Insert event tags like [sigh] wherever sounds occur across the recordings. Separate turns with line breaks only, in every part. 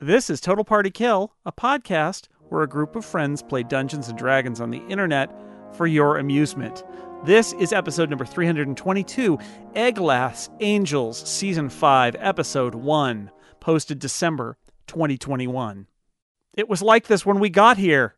This is Total Party Kill, a podcast where a group of friends play Dungeons and Dragons on the internet for your amusement. This is episode number 322, Eglass Angels, Season 5, Episode 1, posted December 2021. It was like this when we got here.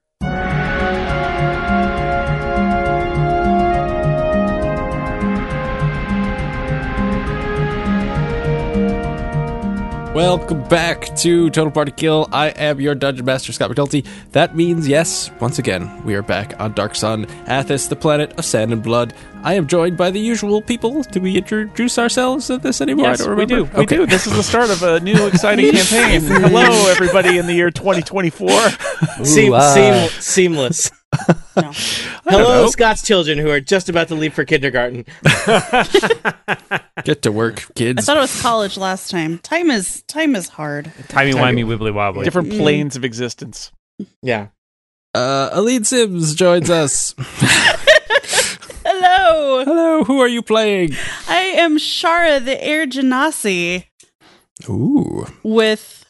Welcome back to Total Party Kill. I am your Dungeon Master, Scott McNulty. That means, yes, once again, we are back on Dark Sun, Athos, the planet of sand and blood. I am joined by the usual people. Do we introduce ourselves at this anymore? I
Yes,
don't
we do.
remember.
We
Okay.
do. This is the start of a new
[laughs]
exciting campaign. Hello, everybody in the year 2024.
Seam,
ah.
seam,
[laughs]
seamless.
know.
Hello, Scott's children who are just about to leave for kindergarten.
[laughs] Get to work,
I
kids.
thought it was college last time. Time is time is hard.
Timey wimey wibbly wobbly.
Different
Mm.
planes of existence.
Yeah.
Uh, Aline Sims joins
[laughs]
us.
Hello.
Hello, who are you playing?
I am Shara the Air Genasi
Ooh.
with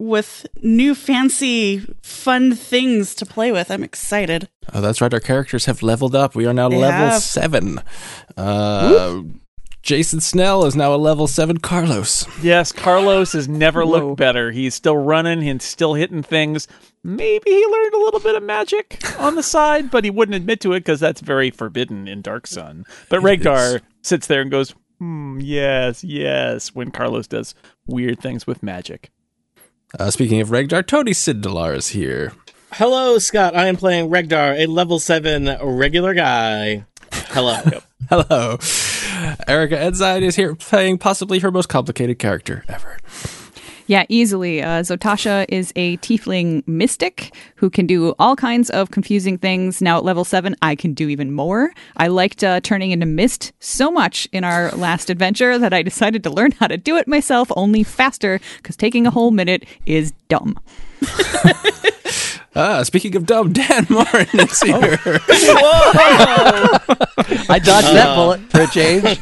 with new fancy fun things to play with. I'm excited.
Oh, that's right. Our characters have leveled up. We are now
They
level
have.
seven. Uh, Jason Snell is now a level seven Carlos.
Yes, Carlos has never
Whoa.
looked better. He's still running and still hitting things. Maybe he learned a little bit of magic on the side, but he wouldn't admit to it because that's very forbidden in Dark Sun. But
It
Rhaegar sits there and goes, hmm, yes, yes, when Carlos does weird things with magic.
Uh, speaking of Regdar, Tony Sindelar is here. [laughs]
Hello, Scott. I am playing Regdar, a level 7 regular guy.
[laughs]
Hello.
Hello. Erica Ensign is here playing possibly her most complicated character ever.
Yeah, easily. Uh, Zotasha is a tiefling mystic who can do all kinds of confusing things. Now at level seven, I can do even more. I liked uh, turning into mist so much in our last adventure that I decided to learn how to do it myself, only faster, because taking a whole minute is dumb.
Ah, speaking of dumb, [laughs] Dan Morin is here.
I dodged that bullet for a change.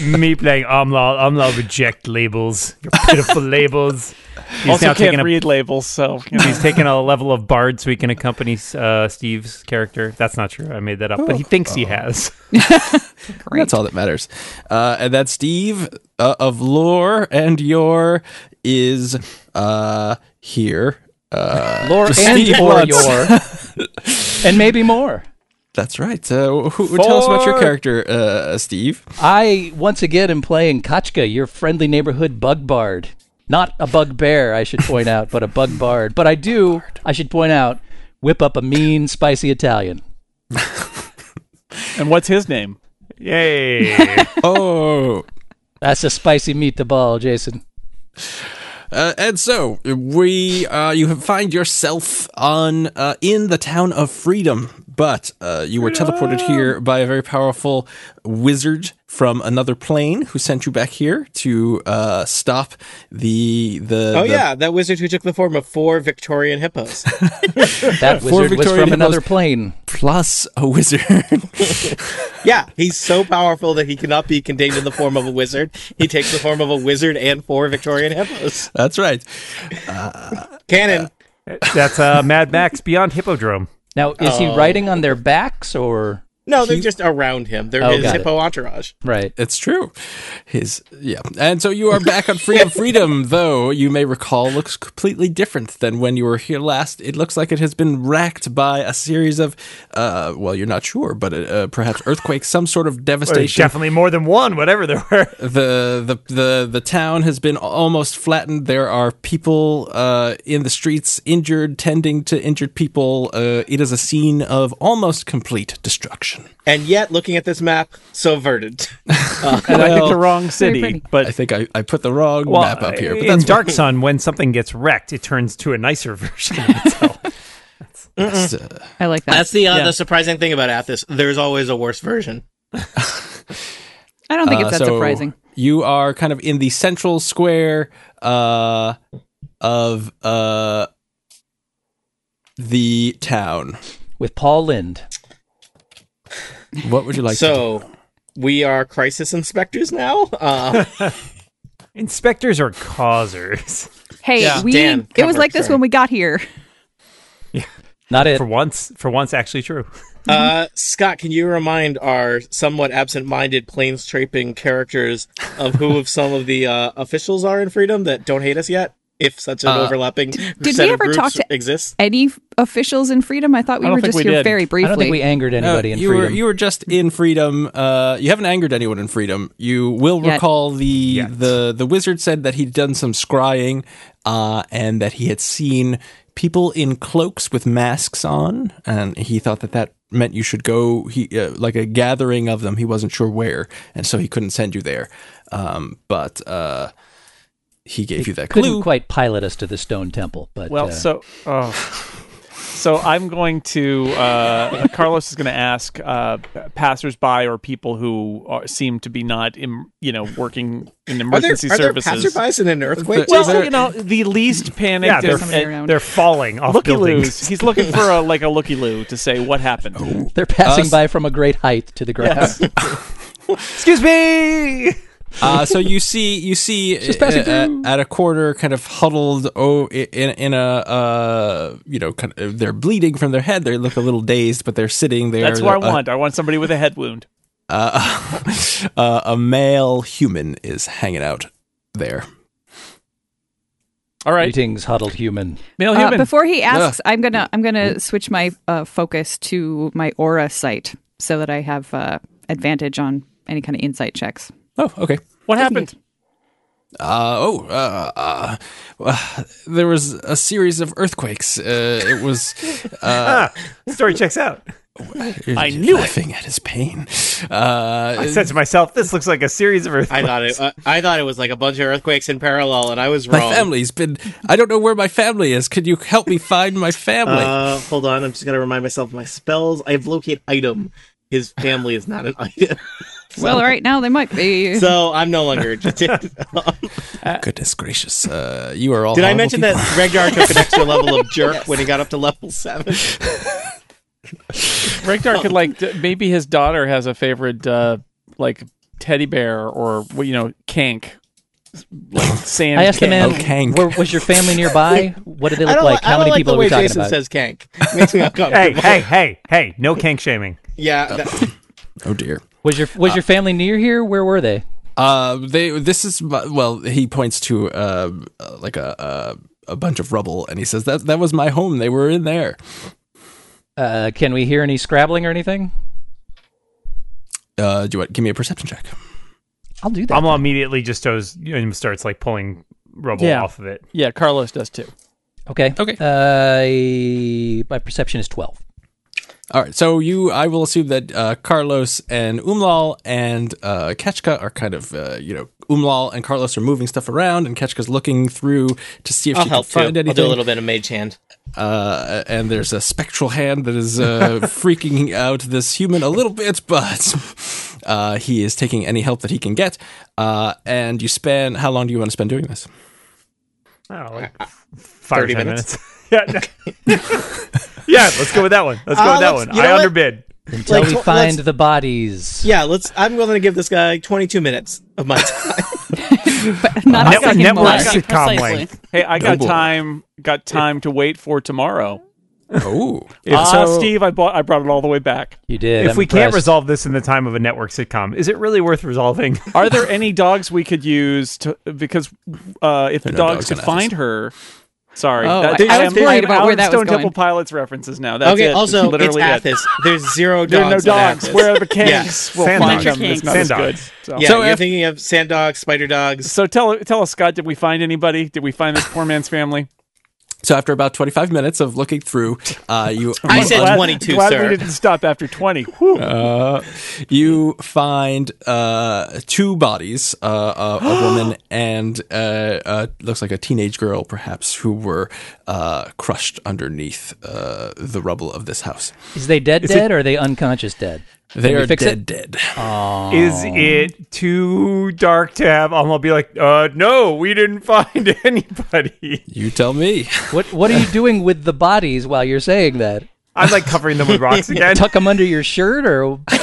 Me playing Omlal. Omlal reject labels. Your [laughs] pitiful labels. He's
also
now
can't
taking a,
read labels, so you know.
[laughs] he's taken a level of bard so he can accompany uh, Steve's character. That's not true. I made that up, but he thinks he has.
Great.
That's all that matters. Uh, and that's Steve uh, of Lore and Your is uh, here. Uh,
Lore
just
and
Steve
or
wants- [laughs]
your. and maybe more.
That's right. So, who, tell us about your
Four.
character, uh, Steve.
I once again am playing Kachka, your friendly neighborhood bug bard. Not a bug bear, I should point out, but a bug bard. But I do, I should point out, whip up a mean, spicy Italian.
and what's his name?
[laughs] Yay!
Oh.
That's a spicy meatball, Jason.
Uh, and so we, uh, you find yourself on uh, in the town of Freedom, but uh, you were teleported here by a very powerful wizard from another plane who sent you back here to uh, stop the the.
Oh,
the-
yeah. That wizard who took the form of four Victorian hippos.
That
[laughs] Four
wizard was
Victorian
from another
hippos.
plane.
Plus a wizard. [laughs]
yeah. He's so powerful that he cannot be contained in the form of a wizard. He takes the form of a wizard and four Victorian hippos.
That's right.
Canon.
[laughs] That's uh, Mad Max Beyond Hippodrome.
Now, is
Oh.
he riding on their backs or.
no, they're just around him. They're
Oh,
his
got it.
hippo entourage.
Right.
It's true. His yeah. And so you are back on Freedom
[laughs]
Freedom, though you may recall looks completely different than when you were here last. It looks like it has been racked by a series of uh well, you're not sure, but uh, perhaps earthquakes, some sort of
There's
devastation.
definitely more than one, whatever there were.
the, the the the town has been almost flattened. There are people uh in the streets injured, tending to injured people. Uh it is a scene of almost complete destruction.
And yet, looking at this map, so verded.
And I
Well,
think the wrong city,
pretty.
but
I think I, I put the wrong [laughs]
Well,
map up here, but
in
that's
Dark Sun, when something gets wrecked, it turns to a nicer [laughs] version of [laughs] itself.
that's, uh,
I like that.
That's the uh, the surprising thing about Athos. There's always a worse version.
I don't think it's
Uh,
that
so
surprising.
You are kind of in the central square uh, of uh, the town.
With Paul Lind.
What would you like? to
[laughs] so we are crisis inspectors now. Uh,
Inspectors are causers.
Hey,
Yeah.
we
Dan,
it was
cover,
like this
sorry.
when we got here.
Not it.
for once, for once, actually true.
Uh, Scott, can you remind our somewhat absent-minded planes traiping characters of who of some of the uh, officials are in Freedom that don't hate us yet? If such an overlapping
did
set
we
of
ever
groups
talk to-
exists,
Any f- officials in freedom? I thought we
I don't
were
think
just
we
here
did.
very
I
briefly.
don't think we angered anybody
No,
in
you
freedom.
Were, you were just in freedom. Uh, you haven't angered anyone in freedom. You will
Yet.
recall the
Yet.
the the wizard said that he'd done some scrying, uh, and that he had seen people in cloaks with masks on, and he thought that that meant you should go he uh, like a gathering of them. He wasn't sure where, and so he couldn't send you there. Um, but uh, he gave you that
Couldn't
clue.
quite pilot us to the stone temple, but
Well,
uh,
so oh. so I'm going to uh, Carlos is going to ask uh, passersby or people who are, seem to be not Im, you know working in
are there,
emergency
are there
services.
passerbys in an earthquake?
Well,
Jason?
well, you know, the least panicked
Yeah, they're,
is-
somebody around.
they're falling off
looky loos.
[laughs] buildings. Oh.
He's looking for a like a looky loo to say what happened.
they're passing
Us-
by from a great height to the ground.
[laughs] Excuse me.
uh, so you see, you see, uh,
passing
at, at a quarter, kind of huddled, oh, i- in in a uh, you know, kind of, they're bleeding from their head. They look a little dazed, but they're sitting there.
That's what I
Uh,
want. I want somebody with a head wound.
Uh, [laughs] uh, a male human is hanging out there.
All right,
Greetings, huddled human.
Oh,
male
Uh,
human.
before he asks, I'm gonna I'm gonna switch my uh, focus to my aura sight so that I have uh, advantage on any kind of insight checks.
Oh, okay.
what happened?
Uh, oh, uh, uh, uh, there was a series of earthquakes. Uh, it was. Uh,
Story checks out.
I knew laughing at his pain. Uh,
I said to myself, "This looks like a series of earthquakes."
I
[laughs]
thought it. Uh, I thought it was like a bunch of earthquakes in parallel, and I was
my
wrong.
family's been. I don't know where my family is. Could you help me find my family?
Uh, hold on, I'm just gonna remind myself of my spells. I have locate item. His family is not an [laughs] item,
Well, right now they might be.
[laughs] so I'm no longer interested.
Goodness gracious, uh, you are all.
Did I
horrible
mention
people.
that Regdar took an extra level of jerk when he got up to level seven?
Rekdar could like d- maybe his daughter has a favorite uh, like teddy bear or well, you know kank like sand.
I asked the
kank.
man,
Kank.
were, was your family nearby? What do they
I
look
don't
like?
like. I
How
don't
many
like
people
the
are we
way
talking
Jason
about?
says "kank." Makes me
hey,
uncomfortable.
hey, hey, hey! No kink shaming.
Yeah, that-
Oh dear.
was your was your family near here? Where were they?
Uh, they. This is my- well. He points to uh, like a uh, a bunch of rubble, and he says that that was my home. They were in there.
Uh, can we hear any scrabbling or anything?
Uh, do you want give me a perception check?
I'll do that.
Alma immediately just goes and starts like pulling rubble
Yeah.
off of it.
Yeah, Carlos does too.
okay. Okay. Uh, my perception is twelve.
All right. So you, I will assume that uh, Carlos and Umlal and uh, Ketchka are kind of uh, you know Umlal and Carlos are moving stuff around, and Ketchka's looking through to see if
I'll
she
help.
can find
too. I'll
anything.
do a little bit of mage hand.
uh, and there's a spectral hand that is uh, freaking out this human a little bit, but uh, he is taking any help that he can get. Uh, and you spend how long do you want to spend doing this?
Oh, like f- five or
30
ten
Uh, minutes?
minutes. [laughs] yeah,
[laughs]
no. yeah. Let's go with that one. Let's go
Uh,
with that
let's-
one.
you know
I
what?
underbid.
Until
Like,
we
let's-
find the bodies.
Yeah, let's. I'm willing to give this guy 22 minutes of my time.
Not a
Network-
second
network
more.
sitcom
Precisely.
length.
Hey, I got
Noble.
time. Got time to wait for tomorrow.
Oh,
Ah, Steve, I bought. I brought it all the way back.
You did.
If
I'm
we can't
impressed.
resolve this in the time of a network sitcom, is it really worth resolving?
Are there any dogs we could use to because uh, if the
There are no
dogs
dogs
could
in Athens.
find her? Sorry,
Oh, I- I was
am-
worried about
out
where
of
that was
Stone Temple
going.
Pilots references now. That's it.
okay.
That's
Also, it's
literally it.
Athens. There's zero dogs.
There are no
in
dogs.
Athens.
Where are the kangs? We'll
Sand
find
dogs.
them. It's not
Sand
as
dogs.
good. So,
Yeah,
So
you're
if-
thinking of sand dogs, spider dogs.
so tell tell us, Scott. Did we find anybody? Did we find this poor man's family?
so after about twenty five minutes of looking through, uh, you
I said
Glad-
22,
glad
sir.
we didn't stop after twenty. Whew.
uh, [laughs] you find uh, two bodies, uh, a, a woman and uh, uh, looks like a teenage girl, perhaps, who were uh, crushed underneath uh, the rubble of this house.
Is they dead dead or are they unconscious dead?
They
Can we
are
fix
dead,
It?
dead.
Is it too dark to have Alma be like, uh, no, we didn't [laughs] find anybody?
You tell me.
What What are you doing with the bodies while you're saying that?
I'm like covering them with rocks again.
Tuck them under your shirt or
Put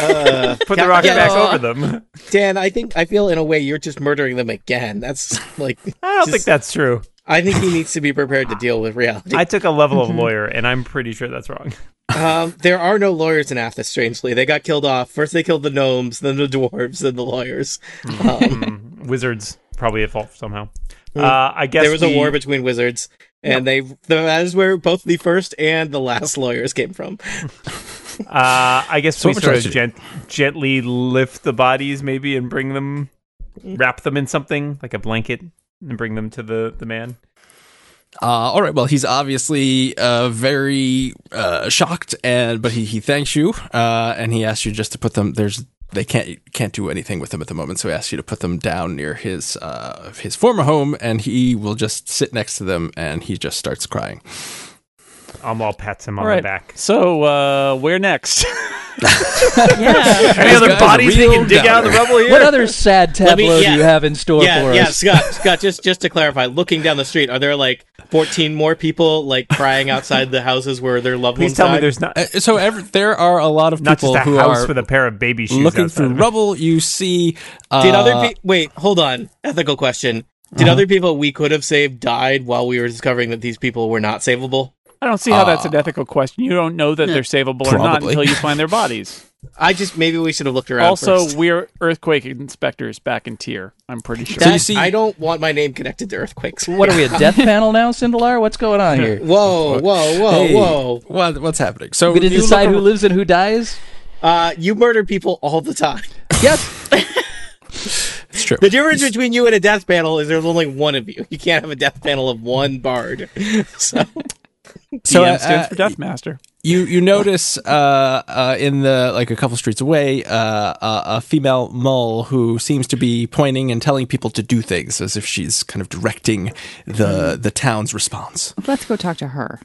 the rocks
Yeah.
back over them.
Dan, I think I feel in a way you're just murdering them again. That's like
[laughs] I don't
just-
think that's true.
I think he needs to be prepared to deal with reality.
I took a level of lawyer, and I'm pretty sure that's wrong.
Um, there are no lawyers in Athos. Strangely, they got killed off. First, they killed the gnomes, then the dwarves, then the
[laughs]
lawyers. Um,
Wizards probably at fault somehow. Uh, I guess
there was a
we-
war between wizards, and they that is where both the first and the last lawyers came from.
Uh, I guess
So
we
much
sort of
else to do.
gent- gently lift the bodies, maybe, and bring them, wrap them in something like a blanket, and bring them to the the man.
Uh, all right. Well, he's obviously uh, very uh, shocked, and but he, he thanks you, uh, and he asks you just to put them. There's they can't can't do anything with them at the moment, so he asks you to put them down near his uh, his former home, and he will just sit next to them, and he just starts crying.
Amal pats him on
All right.
the back.
So, uh, where next? [laughs]
Yeah.
Any other
guy's a
bodies they
real
can dig out of the
doubter.
rubble here?
what other sad
me-
tableau
yeah.
do you have in store
yeah,
for
yeah,
us?
Scott, Scott, just just to clarify, looking down the street, are there like fourteen more people like crying outside the houses where their loved
Please
ones
tell me
died?
there's not
Uh, so every, there are a lot of
not just
people
a
who
house
are
with a pair of baby shoes.
looking
outside
through
of it.
rubble. You see, uh,
Did other people wait? Hold on. Ethical question. Did other people we could have saved died while we were discovering that these people were not savable?
I don't see how that's an ethical question. You don't know that they're savable or not
Probably.
until you find their bodies.
I just maybe we should have looked around.
also,
first.
we're earthquake inspectors back in tier. I'm pretty sure.
So you
That-
see-
I don't want my name connected to earthquakes.
What are we, a death panel now, Cindelar? What's going on here?
[laughs] Whoa, whoa, whoa,
Hey,
whoa!
What, what's happening? So
We didn't
you
decide
look
who
ar-
lives and who dies?
Uh, you murder people all the time. [laughs]
Yes.
It's true.
The difference between you and a death panel is there's only one of you. You can't have a death panel of one bard. So
So,
DM
uh,
stands for
uh,
Death Master.
you you notice uh, uh, in the like a couple streets away uh, a, a female mole who seems to be pointing and telling people to do things as if she's kind of directing the the town's response.
Let's go talk to her.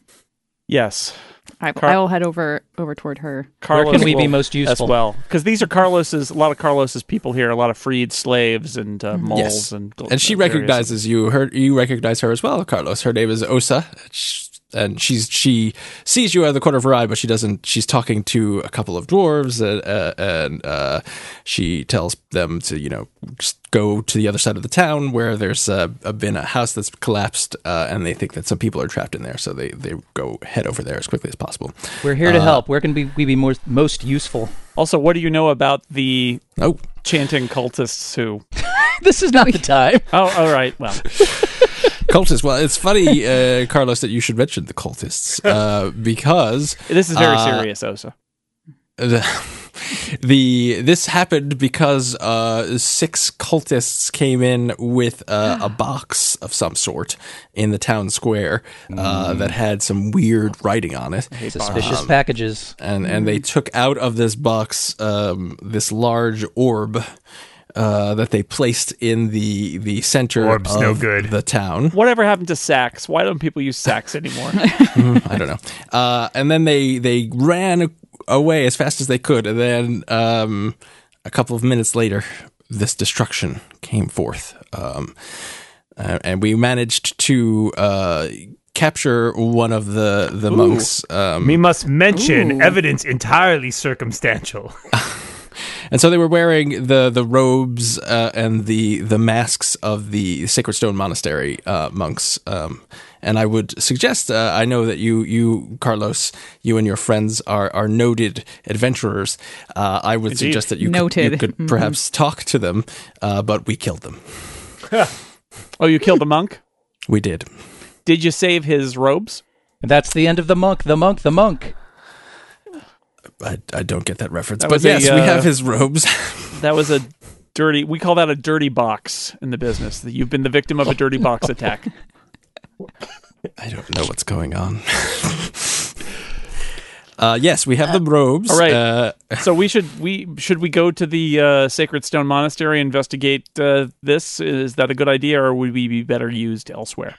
Yes,
I,
Car-
I will head over over toward her. [laughs]
Carlos.
can we be
will
most useful?
as well? Because these are Carlos's. A lot of Carlos's people here. A lot of freed slaves and uh, moles
Yes.
and
And she
uh, various-
recognizes you. Her you recognize her as well, Carlos. Her name is Osa, Sh- and she's she sees you out of the corner of her eye, but she doesn't. She's talking to a couple of dwarves, and, uh, and uh, she tells them to you know just go to the other side of the town where there's uh, a, been a house that's collapsed, uh, and they think that some people are trapped in there, so they they go head over there as quickly as possible.
We're here to
Uh,
help. Where can we, we be more, most useful? [laughs]
Also, what do you know about the
Oh,
chanting cultists who?
This is not the time.
Oh, all right. Well,
cultists! Well, it's funny, [laughs] uh, Carlos, that you should mention the cultists uh, because.
this is very
Uh,
serious, Osa.
the, [laughs] the this happened because uh, six cultists came in with uh, a box of some sort in the town square uh, that had some weird writing on it
Suspicious packages.
and and they took out of this box um, this large orb uh, that they placed in the the center
Orb's
of
no good.
the town
Whatever happened to sacks? Why don't people use sacks anymore?
[laughs] I don't know. Uh, and then they they ran away as fast as they could, and then um, a couple of minutes later, this destruction came forth, um, uh, and we managed to uh, capture one of the the monks. Um,
We must mention evidence entirely circumstantial.
and so they were wearing the the robes uh, and the the masks of the Sacred Stone Monastery uh, monks. Um, and I would suggest uh, I know that you you Carlos you and your friends are are noted adventurers. Uh, I would suggest that you could, you
Noted.
could perhaps talk to them, uh, but we killed them.
oh, you killed the monk.
We did.
Did you save his robes?
And that's the end of the monk, the monk, the monk.
I, I don't get that reference,
That
but
was a,
yes, we
uh,
have his robes. [laughs]
That was a dirty. We call that a dirty box in the business. That you've been the victim of a dirty
[laughs]
box attack.
I don't know what's going on. [laughs] uh, yes, we have the robes.
all right.
Uh,
So we should we should we go to the uh, Sacred Stone Monastery and investigate uh, this? Is that a good idea, or would we be better used elsewhere?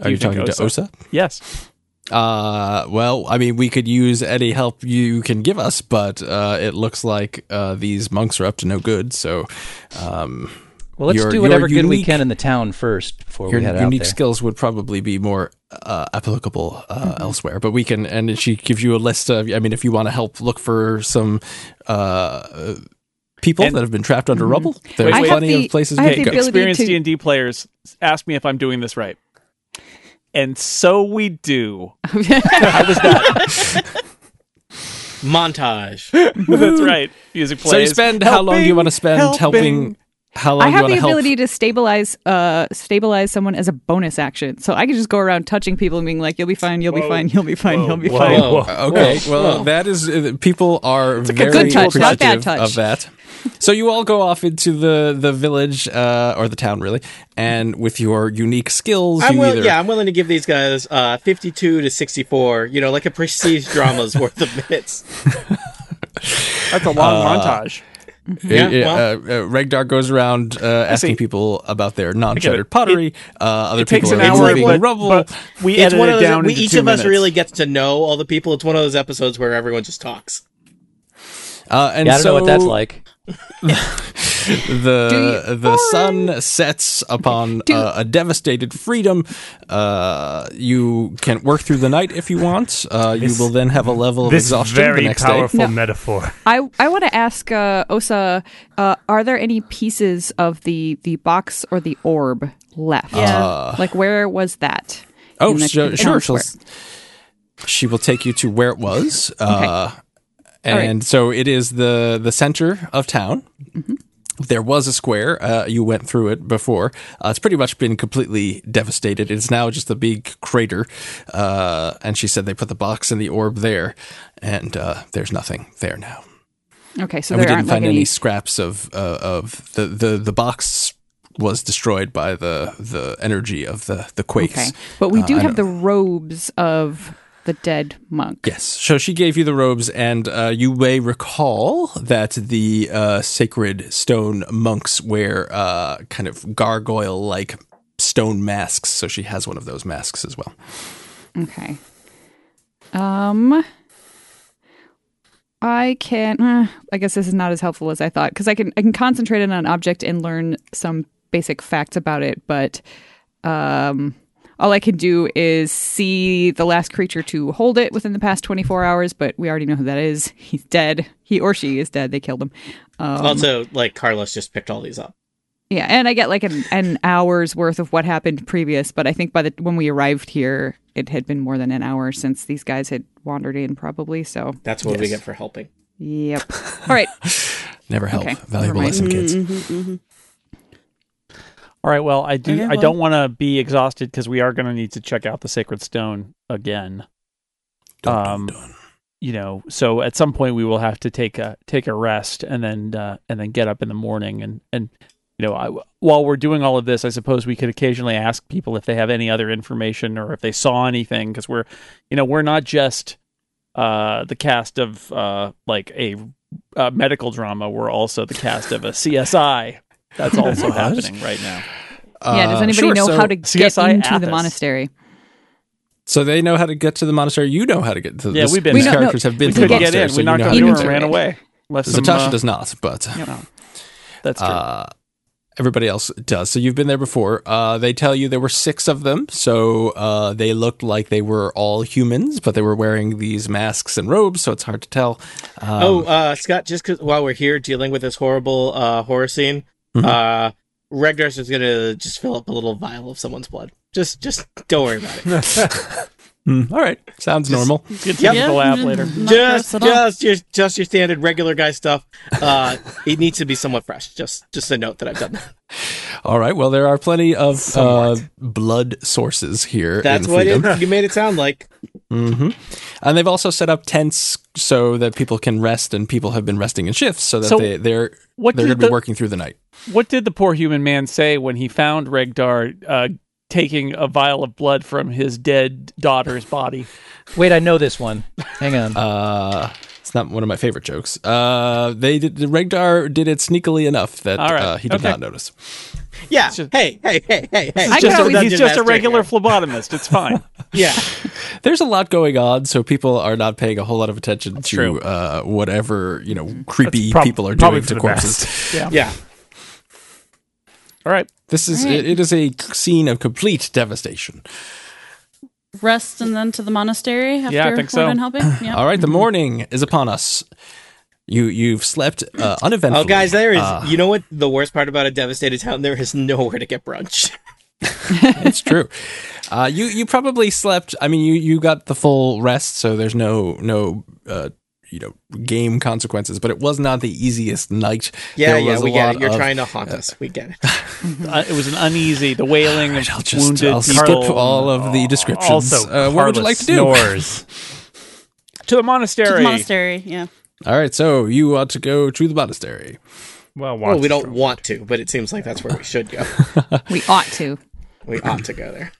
are you,
think
talking
Osa?
to Osa?
Yes.
Uh, well, I mean, we could use any help you can give us, but uh, it looks like uh, these monks are up to no good. So, um,
Well, let's
Your-
do
your
whatever good we
unique-
can in the town first before
Your
we head out
unique
there.
skills would probably be more uh, applicable uh,
Mm-hmm.
elsewhere, but we can. And she gives you a list of. I mean, if you want to help look for some uh, people
And-
that have been trapped under rubble,
Wait,
there's
wait. I have
plenty
the-
of places
Mm-hmm. I
we
have
can
the
go.
ability-
experienced
to-
D&D players ask me if I'm doing this right. And so we do. [laughs]
Montage.
That's right. Music plays.
So you spend how long do you want to spend helping? how long
I
do you
have
want
the
to help?
ability to stabilize uh stabilize someone as a bonus action. So I could just go around touching people and being like, You'll be fine, you'll be fine, you'll be fine, you'll be fine.
Whoa.
Uh, Okay, well, that is uh, people are very
good touch, not bad
appreciative
touch.
of that. So you all go off into the the village uh, or the town, really, and with your unique skills,
I'm
you
will-
either uh,
yeah, I'm willing to give these guys uh, 52 to 64. You know, like a
[laughs]
prestige drama's worth of minutes.
That's a long
uh,
montage.
Yeah,
Yeah,
uh, uh, Regdar goes around uh, asking people about their non-shattered pottery. uh, other
It takes
people
an
are
hour,
living
but,
rubble.
but we
It's
edit
one of
it
those.
down
we,
into
each
two
of us
minutes.
really gets to know all the people. It's one of those episodes where everyone just talks.
uh, and
Yeah, I don't
so
know what that's like.
The the sun sets upon uh, a devastated freedom. Uh, you can work through the night if you want. Uh, you will then have a level of
This
exhaustion
very
the next
powerful
No.
metaphor.
I, I want to ask uh, Osa, uh, are there any pieces of the, the box or the orb left?
Yeah.
like where was that?
day. Oh,
in the-
sure,
the
sure.
town
She'll,
square?
she will take you to where it was. Uh,
All right.
And so it is the the center of town.
Mm-hmm.
There was a square. Uh, you went through it before. Uh, it's pretty much been completely devastated. It's now just a big crater. Uh, and she said they put the box and the orb there, and uh, there's nothing there now.
Okay, so
and we
there
didn't
aren't like
find any,
any.
scraps of uh, of the, the the box was destroyed by the the energy of the the quakes.
Okay, but we
Uh,
do
I
have
don't-
the robes of the dead monk.
Yes. So she gave you the robes, and uh, you may recall that the uh, sacred stone monks wear uh, kind of gargoyle like stone masks. So she has one of those masks as well.
Okay. Um, I can. Uh, I guess this is not as helpful as I thought because I can I can concentrate on an object and learn some basic facts about it, but um, all I can do is see the last creature to hold it within the past twenty four hours. But we already know who that is. He's dead. He or she is dead. They killed him. Um,
also, like Carlos just picked all these up.
yeah, and I get like an, an hour's worth of what happened previous, but I think by the when we arrived here, it had been more than an hour since these guys had wandered in, probably. So,
That's what we get for helping.
yep. All right,
Never help.
Okay.
Valuable
Never mind.
lesson, kids.
Mm-hmm,
All right, well, I do
Okay,
I
well.
don't want to be exhausted cuz we are going to need to check out the sacred stone again.
Dun, dun,
Um,
dun.
You know, so at some point we will have to take a take a rest and then uh, and then get up in the morning and and you know, I, while we're doing all of this, I suppose we could occasionally ask people if they have any other information or if they saw anything because we're, you know, we're not just uh, the cast of uh, like a uh, medical drama. We're also the cast of a CSI.
[laughs]
That's also
What?
happening right now.
yeah. Does
Uh,
anybody
sure,
know
so-
how to get
CSI
into the
Athos.
monastery?
So they know how to get to the monastery. You know how to get to the
Yeah, we've been
We
These
know- no,
characters have been
We
to the
could
get
get
monastery.
in.
so
We
you
knocked
know
on
how
the
to
door
get
and
Into
ran
it.
away. Left
there.
some,
Zatasha
uh,
does not, but
Oh,
That's true.
Uh, everybody else does. So you've been there before. Uh, they tell you there were six of them. So uh, they looked like they were all humans, but they were wearing these masks and robes. So it's hard to tell. Um,
oh, uh, Scott, just 'cause- while we're here dealing with this horrible uh, horror scene,
Mm-hmm.
uh, Regdar's is gonna just fill up a little vial of someone's blood. Just, just don't worry about it.
hmm, all right. Sounds normal.
Get to
Yep.
the lab later.
just, just your, just your standard regular guy stuff. Uh, [laughs] it needs to be somewhat fresh. Just, just a note that I've done that.
All right. Well, there are plenty of uh, blood sources here.
That's
in
what
Freedom.
it, you made it sound like.
hmm And they've also set up tents so that people can rest, and people have been resting in shifts so that
So
they, they're
what
they're
did
going to be
the-
working through the night.
What did the poor human man say when he found Regdar uh, taking a vial of blood from his dead daughter's body?
Wait, I know this one. Hang on.
Uh, it's not one of my favorite jokes. Uh, they did, Regdar did it sneakily enough that
All right.
uh, he did
Okay.
not notice.
Yeah.
just-
hey, hey, hey, hey, hey.
I
Just
got
a-
what
he's just a regular phlebotomist. It's fine.
[laughs] Yeah.
There's a lot going on, so people are not paying a whole lot of attention to
true.
uh, whatever you know creepy
prob-
people are
probably
doing
for
to
the
corpses.
best.
Yeah.
All right. This is it, it is a scene of complete devastation.
Rest and then to the monastery after
Yeah, I think
we're
so.
done helping. Yeah.
All right,
Mm-hmm.
the morning is upon us. You you've slept uh, uneventfully.
Oh, guys, there is.
Uh,
you know what? The worst part about a devastated town, there is nowhere to get brunch. [laughs]
it's true. Uh, you you probably slept. I mean, you you got the full rest, so there's no no uh, you know game consequences. But it was not the easiest night.
Yeah,
There
yeah,
was a
we get
lot
it. You're
of-
trying to haunt us.
[laughs]
We get it.
Uh, it was an uneasy, the wailing of
I'll just-
wounded
I'll skip
people.
all of the
Uh,
descriptions.
Also,
Uh, what would you
Carlos
like to do?
Snores.
to the monastery.
To the monastery. Yeah.
All right, so you ought to go to the monastery.
Well,
Well, we
watch
don't
from-
want to, but it seems like that's where we
[laughs]
should go.
We ought to.
We ought to go there.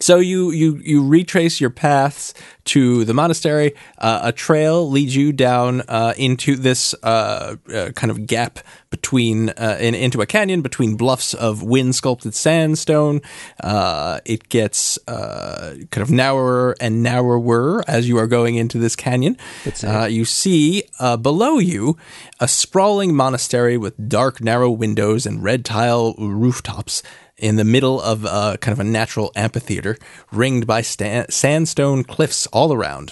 So you you you retrace your paths to the monastery. Uh, a trail leads you down uh, into this uh, uh, kind of gap between uh, in, into a canyon between bluffs of wind sculpted sandstone. Uh, it gets uh, kind of narrower and narrower as you are going into this canyon. Uh, you see uh, below you a sprawling monastery with dark, narrow windows and red tile rooftops in the middle of a kind of a natural amphitheater, ringed by sta- sandstone cliffs all around.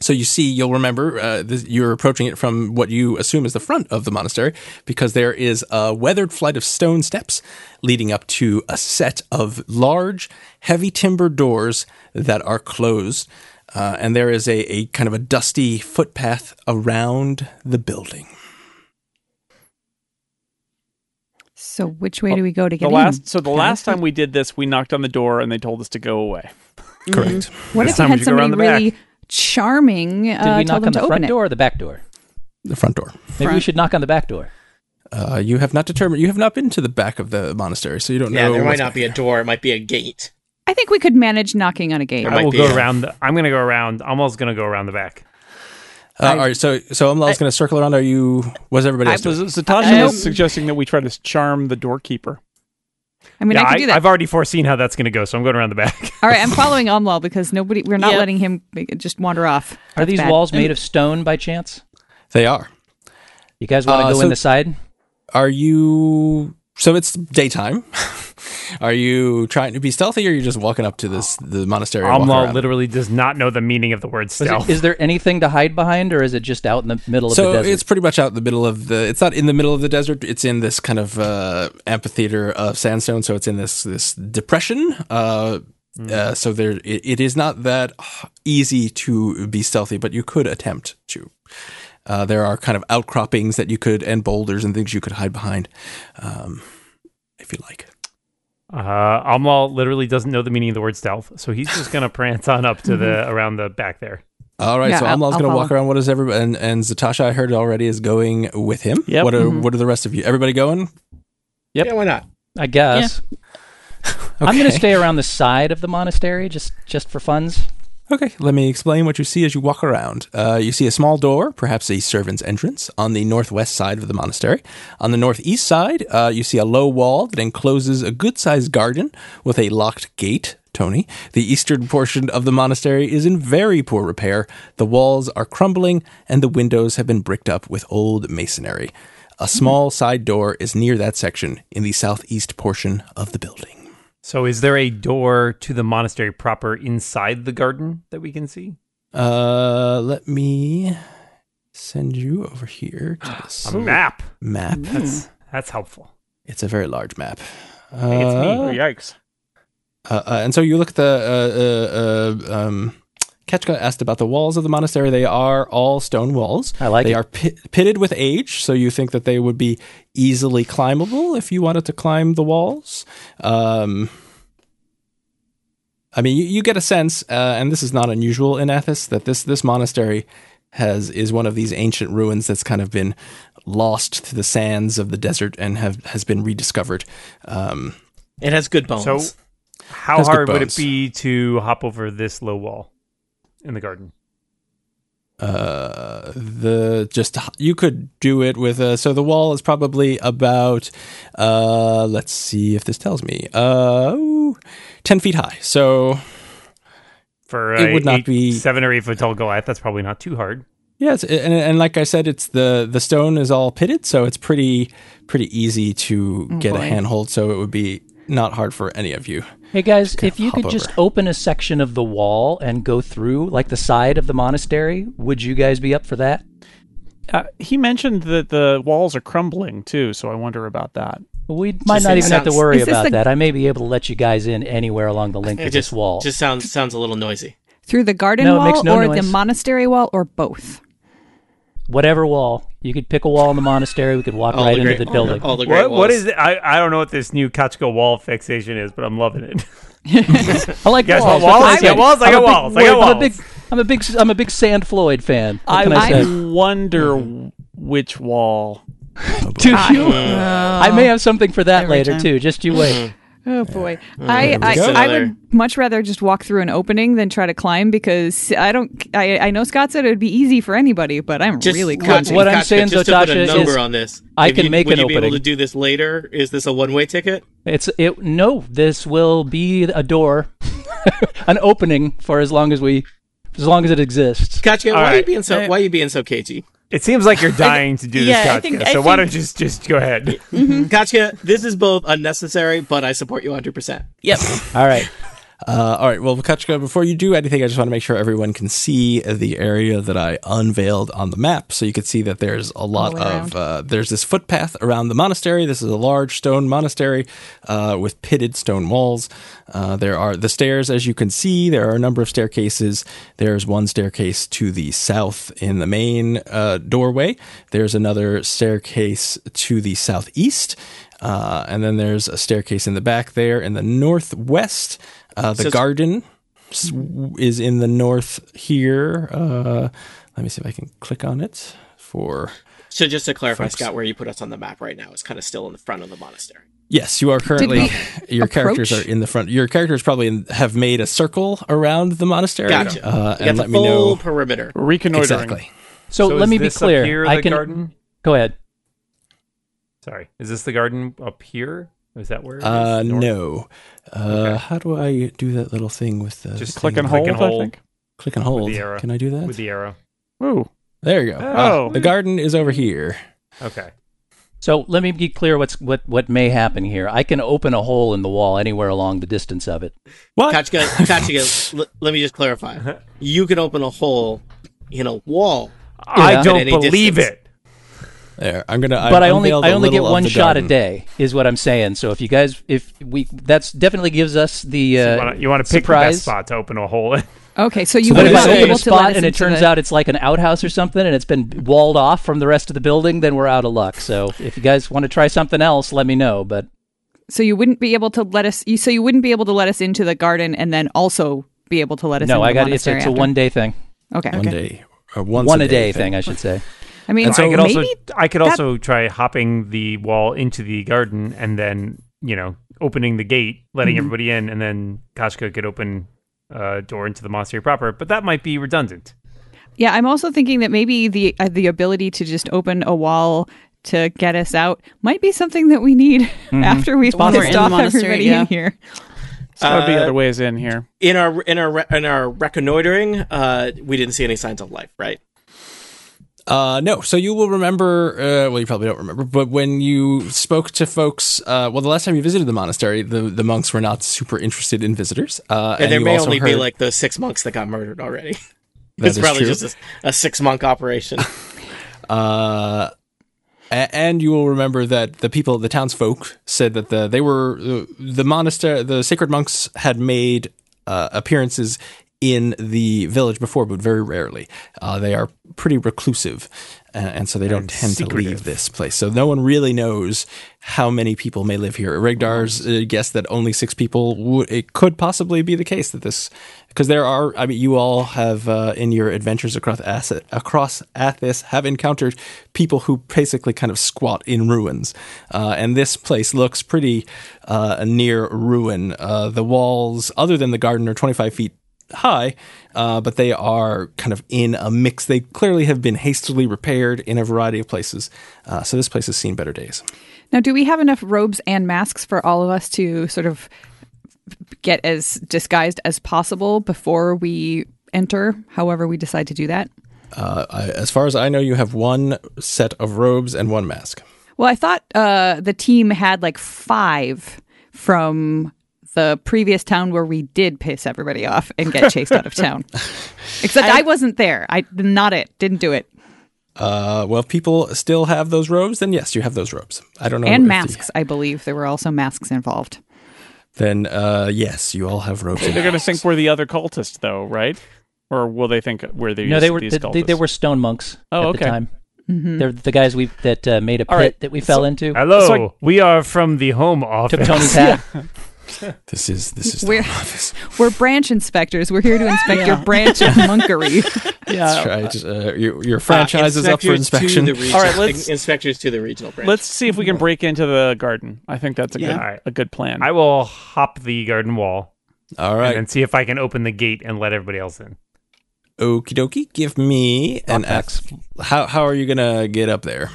So you see, you'll remember uh, this, you're approaching it from what you assume is the front of the monastery, because there is a weathered flight of stone steps leading up to a set of large, heavy timber doors that are closed, uh, and there is a, a kind of a dusty footpath around the building.
So which way do we go to
The
get
last,
in?
so the last time we did this, we knocked on the door and they told us to go away.
Correct.
What
This
if we
time
had
we go around
somebody
the back.
really charming
Did
uh,
we
tell
knock
them
on
to
the
open
front
it?
door or the back door?
The front door.
Maybe we
Front.
should knock on the back door.
Uh, you have not determined. You have not been to the back of the monastery, so you don't
Yeah,
know.
there might
what's
not
back
be a
there.
door. It might be a gate.
I think we could manage knocking on a gate.
There
I
might
will
be
go
a-
around. The, I'm going to go around. Almost going to go around the back.
Uh, all right, so so Umlaut's going to circle around. Are you? Was everybody? else
So,
doing?
so Tasha was suggesting that we try to charm the doorkeeper.
I mean,
yeah,
I could do that.
have already foreseen how that's going to go, so I'm going around the back. [laughs]
All right, I'm following Umlal because nobody. We're not
Yeah.
letting him make- just wander off.
Are these
Bad.
walls made of stone by chance?
They are.
You guys want to
Uh,
go
so-
in the side?
Are you? So it's daytime. [laughs] are you trying to be stealthy, or you're just walking up to this the monastery? and walking
Amlal
around?
literally does not know the meaning of the word
Is, it-
stealth.
is there anything to hide behind, or is it just out in the middle of
So
the desert?
it's pretty much out in the middle of the. It's not in the middle of the desert. It's in this kind of uh, amphitheater of sandstone. So it's in this this depression. Uh,
Hmm.
uh, so there, it, it is not that easy to be stealthy, but you could attempt to. Uh, there are kind of outcroppings that you could and boulders and things you could hide behind, um, if you like.
Uh, Amlal literally doesn't know the meaning of the word stealth, so he's just going to prance on up to the around the back there.
All right,
Yeah,
so
I'll-
Amal's
I'll
going to
follow.
walk around. What is everybody? And, and Zatasha, I heard already, is going with him.
Yep.
What are
Mm-hmm.
What are the rest of you? Everybody going?
Yep.
Yeah, why not?
I guess. I'm going to stay around the side of the monastery just just for funs.
Okay, let me explain what you see as you walk around. Uh, you see a small door, perhaps a servant's entrance, on the northwest side of the monastery. On the northeast side, uh, you see a low wall that encloses a good sized garden with a locked gate. Tony, the eastern portion of the monastery is in very poor repair. The walls are crumbling, and the windows have been bricked up with old masonry. A small side door is near that section in the southeast portion of the building.
So, is there a door to the monastery proper inside the garden that we can see?
Uh, let me send you over here
[gasps]
to this
A map.
map.
That's that's helpful.
It's a very large map.
think it's me.
Oh, yikes.
Uh, uh, and so you look at the uh, uh, uh, um, Ketchka asked about the walls of the monastery. They are all stone walls.
I like
They
it.
are pit- pitted with age, so you think that they would be easily climbable if you wanted to climb the walls. Um, I mean, you, you get a sense, uh, and this is not unusual in Athens, that this this monastery has is one of these ancient ruins that's kind of been lost to the sands of the desert and have has been rediscovered. Um,
It has good bones.
So, how
That's good
hard would
bones.
it be to hop over this low wall in the garden?
uh the just you could do it with uh so the wall is probably about uh let's see if this tells me uh ooh, 10 feet high so
For
It
a
would not
eight-
be-
seven or eight foot tall Goliath, that's probably not too hard.
Yeah, it's, and, and like I said, it's the the stone is all pitted, so it's pretty pretty easy to get a handhold. So it would be not hard for any of you.
Hey guys,
kinda
if you
hop
could just
over.
open a section of the wall and go through, like the side of the monastery, would you guys be up for that?
Uh, he mentioned that the walls are crumbling too, so I wonder about that.
We might not
it
even have to
sounds-
worry
Is this
about
the-
that. I may be able to let you guys in anywhere along the length
It
of this
just
wall.
just sounds sounds a little noisy.
Through the garden
No, it
wall
makes no
or the
noise.
monastery wall or both?
Whatever wall. You could pick a wall in the monastery, we could walk
All
right
the
into
great,
the building.
All the great
What, what
walls.
is it? I, I don't know what this new Kachko wall fixation is, but I'm loving it. [laughs]
I like
guys want
walls. that's what
walls?
I
Yeah,
said.
walls, I
I'm a
got
big-
walls, I got
I'm a big,
walls.
I'm a big, I'm a big Sand Floyd fan. What
I,
can I say?
wonder which wall.
Do you? I may have something for that later
time.
too. Just you wait.
Mm-hmm.
Oh boy, I I,
go.
I
Another-
would much rather just walk through an opening than try to climb because I don't. I I know Scott said it would be easy for anybody, but I'm
Just
really
Gotcha,
What I'm
gotcha.
saying,
just
though,
to put
Tasha,
a
is
number on this.
I
If
can
you,
make
would
an
you be able to
opening.
do this later? Is this a one-way ticket?
It's it. No, this will be a door, [laughs] an opening for as long as we, as long as it exists.
Gotcha.
All
Why are you
right.
being so? Why are you being so cagey?
It seems like you're dying to do this,
yeah, I
Kachka.
think-
so
I
why
think-
don't you just just go ahead?
Gotcha. Mm-hmm. This is both unnecessary, but I support you 100. percent
Yep.
All right.
Uh, all right. Well, Kachka, before you do anything, I just want to make sure everyone can see the area that I unveiled on the map. So you can see that there's a lot
way
of uh, there's this footpath around the monastery. This is a large stone monastery uh, with pitted stone walls. Uh, there are the stairs, as you can see. There are a number of staircases. There's one staircase to the south in the main uh, doorway. There's another staircase to the southeast. Uh, and then there's a staircase in the back there in the northwest. Uh, the
So-
garden s- is in the north here. Uh, let me see if I can click on it for.
So just to clarify, Scott, where you put us on the map right now is kind of still in the front of the monastery.
Yes, you are currently. Your characters are
approach?
in the front. Your characters probably in, have made a circle around the monastery.
Gotcha.
Uh,
you
and let
got the
me
full
know
perimeter.
Reconnoitering.
exactly.
So,
So
let
is
me be
this up
clear.
here,
I
the
can
garden?
go ahead.
Sorry, is this the garden up here? Is that where? it is?
Uh,
North?
no. Uh, How do I do that little thing with the
Just
the
Click
thing?
and
Click
hold,
and
I
hold.
think.
Click and hold.
With the arrow.
Can I do that?
with the arrow.
Ooh.
there you go.
Oh.
Ah, the garden is over here.
Okay.
So let me be clear. What's what what may happen here? I can open a hole in the wall anywhere along the distance of it.
What?
Kachka, Kachka, l- let me just clarify. You can open a hole in a wall.
I
At
don't
any
believe
distance.
it.
There. I'm gonna.
but I
I've
only
unveiled
I
a
only get
little of
one
the
shot a
garden.
day is what I'm saying. So if you guys if we that's definitely gives us the
You
uh,
wanna- you want to pick the
surprise.
best spot to open a hole. in.
Okay, so you
But
would
if
What
not
I
do
be
you
open
able
a
to let
spot
us
and it
into
turns
the-
out it's like an outhouse or something and it's been walled off from the rest of the building, then we're out of luck. So if you guys want to try something else, let me know. But
so you wouldn't be able to let us. You, so you wouldn't be able to let us into the garden and then also be able to let us. into
no, I
the
got it's,
monastery
it's a
after.
one day thing,
Okay,
One day. Or once
one
a
a day thing, I should
[laughs]
say.
I mean,
And so-
I could
maybe
also I could also try hopping the wall into the garden and then you know opening the gate, letting everybody in, and then Kashka could open a uh, door into the monastery proper. But that might be redundant.
Yeah, I'm also thinking that maybe the uh, the ability to just open a wall to get us out might be something that we need [laughs] after we've
While we're in
pissed
the
off
monastery,
everybody
yeah.
in here.
So that would be
Uh,
other ways in here.
In our in our re- in our reconnoitering, uh, we didn't see any signs of life, right?
Uh, no. So you will remember. Uh, well, you probably don't remember, but when you spoke to folks, uh, well, the last time you visited the monastery, the, the monks were not super interested in visitors. Uh,
And, there
you
may
also
only be
heard-
like those six monks that got murdered already. [laughs]
That
it's
is
probably
true.
just a, a six monk
[laughs]
operation.
Uh, a- and you will remember that the people, the townsfolk, said that the they were uh, the monastery, the sacred monks had made uh, appearances in the village before, but very rarely. Uh, they are pretty reclusive, uh, and so they don't tend to leave
secretive.
this place. So no one really knows how many people may live here. Rigdar's uh, guess that only six people would. It could possibly be the case that this, because there are. I mean, you all have uh, in your adventures across Asset, across Athis have encountered people who basically kind of squat in ruins, uh, and this place looks pretty uh, near ruin. Uh, the walls, other than the garden, are twenty five feet high, uh, but they are kind of in a mix. They clearly have been hastily repaired in a variety of places. Uh, so this place has seen better days.
Now, do we have enough robes and masks for all of us to sort of get as disguised as possible before we enter? However, we decide to do that.
Uh, I, as far as I know, you have one set of robes and one mask.
Well, I thought uh, the team had like five from the previous town where we did piss everybody off and get chased out of town. Except I, wasn't there. I not it. Didn't do it.
Uh, well, if people still have those robes, then yes, you have those robes. I don't know. if
and
the-
masks, I believe there were also masks involved.
then uh, yes, you all have robes. and
They're going to
masks.
think we're the other cultist, though, right? Or will they think we're the
No, they were
these
they,
cultists?
they, they were stone monks
Oh,
at
okay.
the time.
Mm-hmm.
They're the guys we that uh, made a pit
All right.
that we fell into.
Hello,
So I-
we are from the home
Took
office.
Tony's hat.
This is this is the
We're-
home office.
We're branch inspectors. We're here to inspect your branch of monkery.
That's right. Uh, your, your franchise is up for
Inspectors to
inspection.
the region-
All right, let's-
inspectors to the regional branch.
Let's see if we can break into the garden. I think that's a
Yeah.
good
All right.
a good plan.
[laughs] I will hop the garden wall
all
and
right,
and see if I can open the gate and let everybody else in.
okie dokie. Give me an
Lockbox.
axe. How how are you gonna get up there?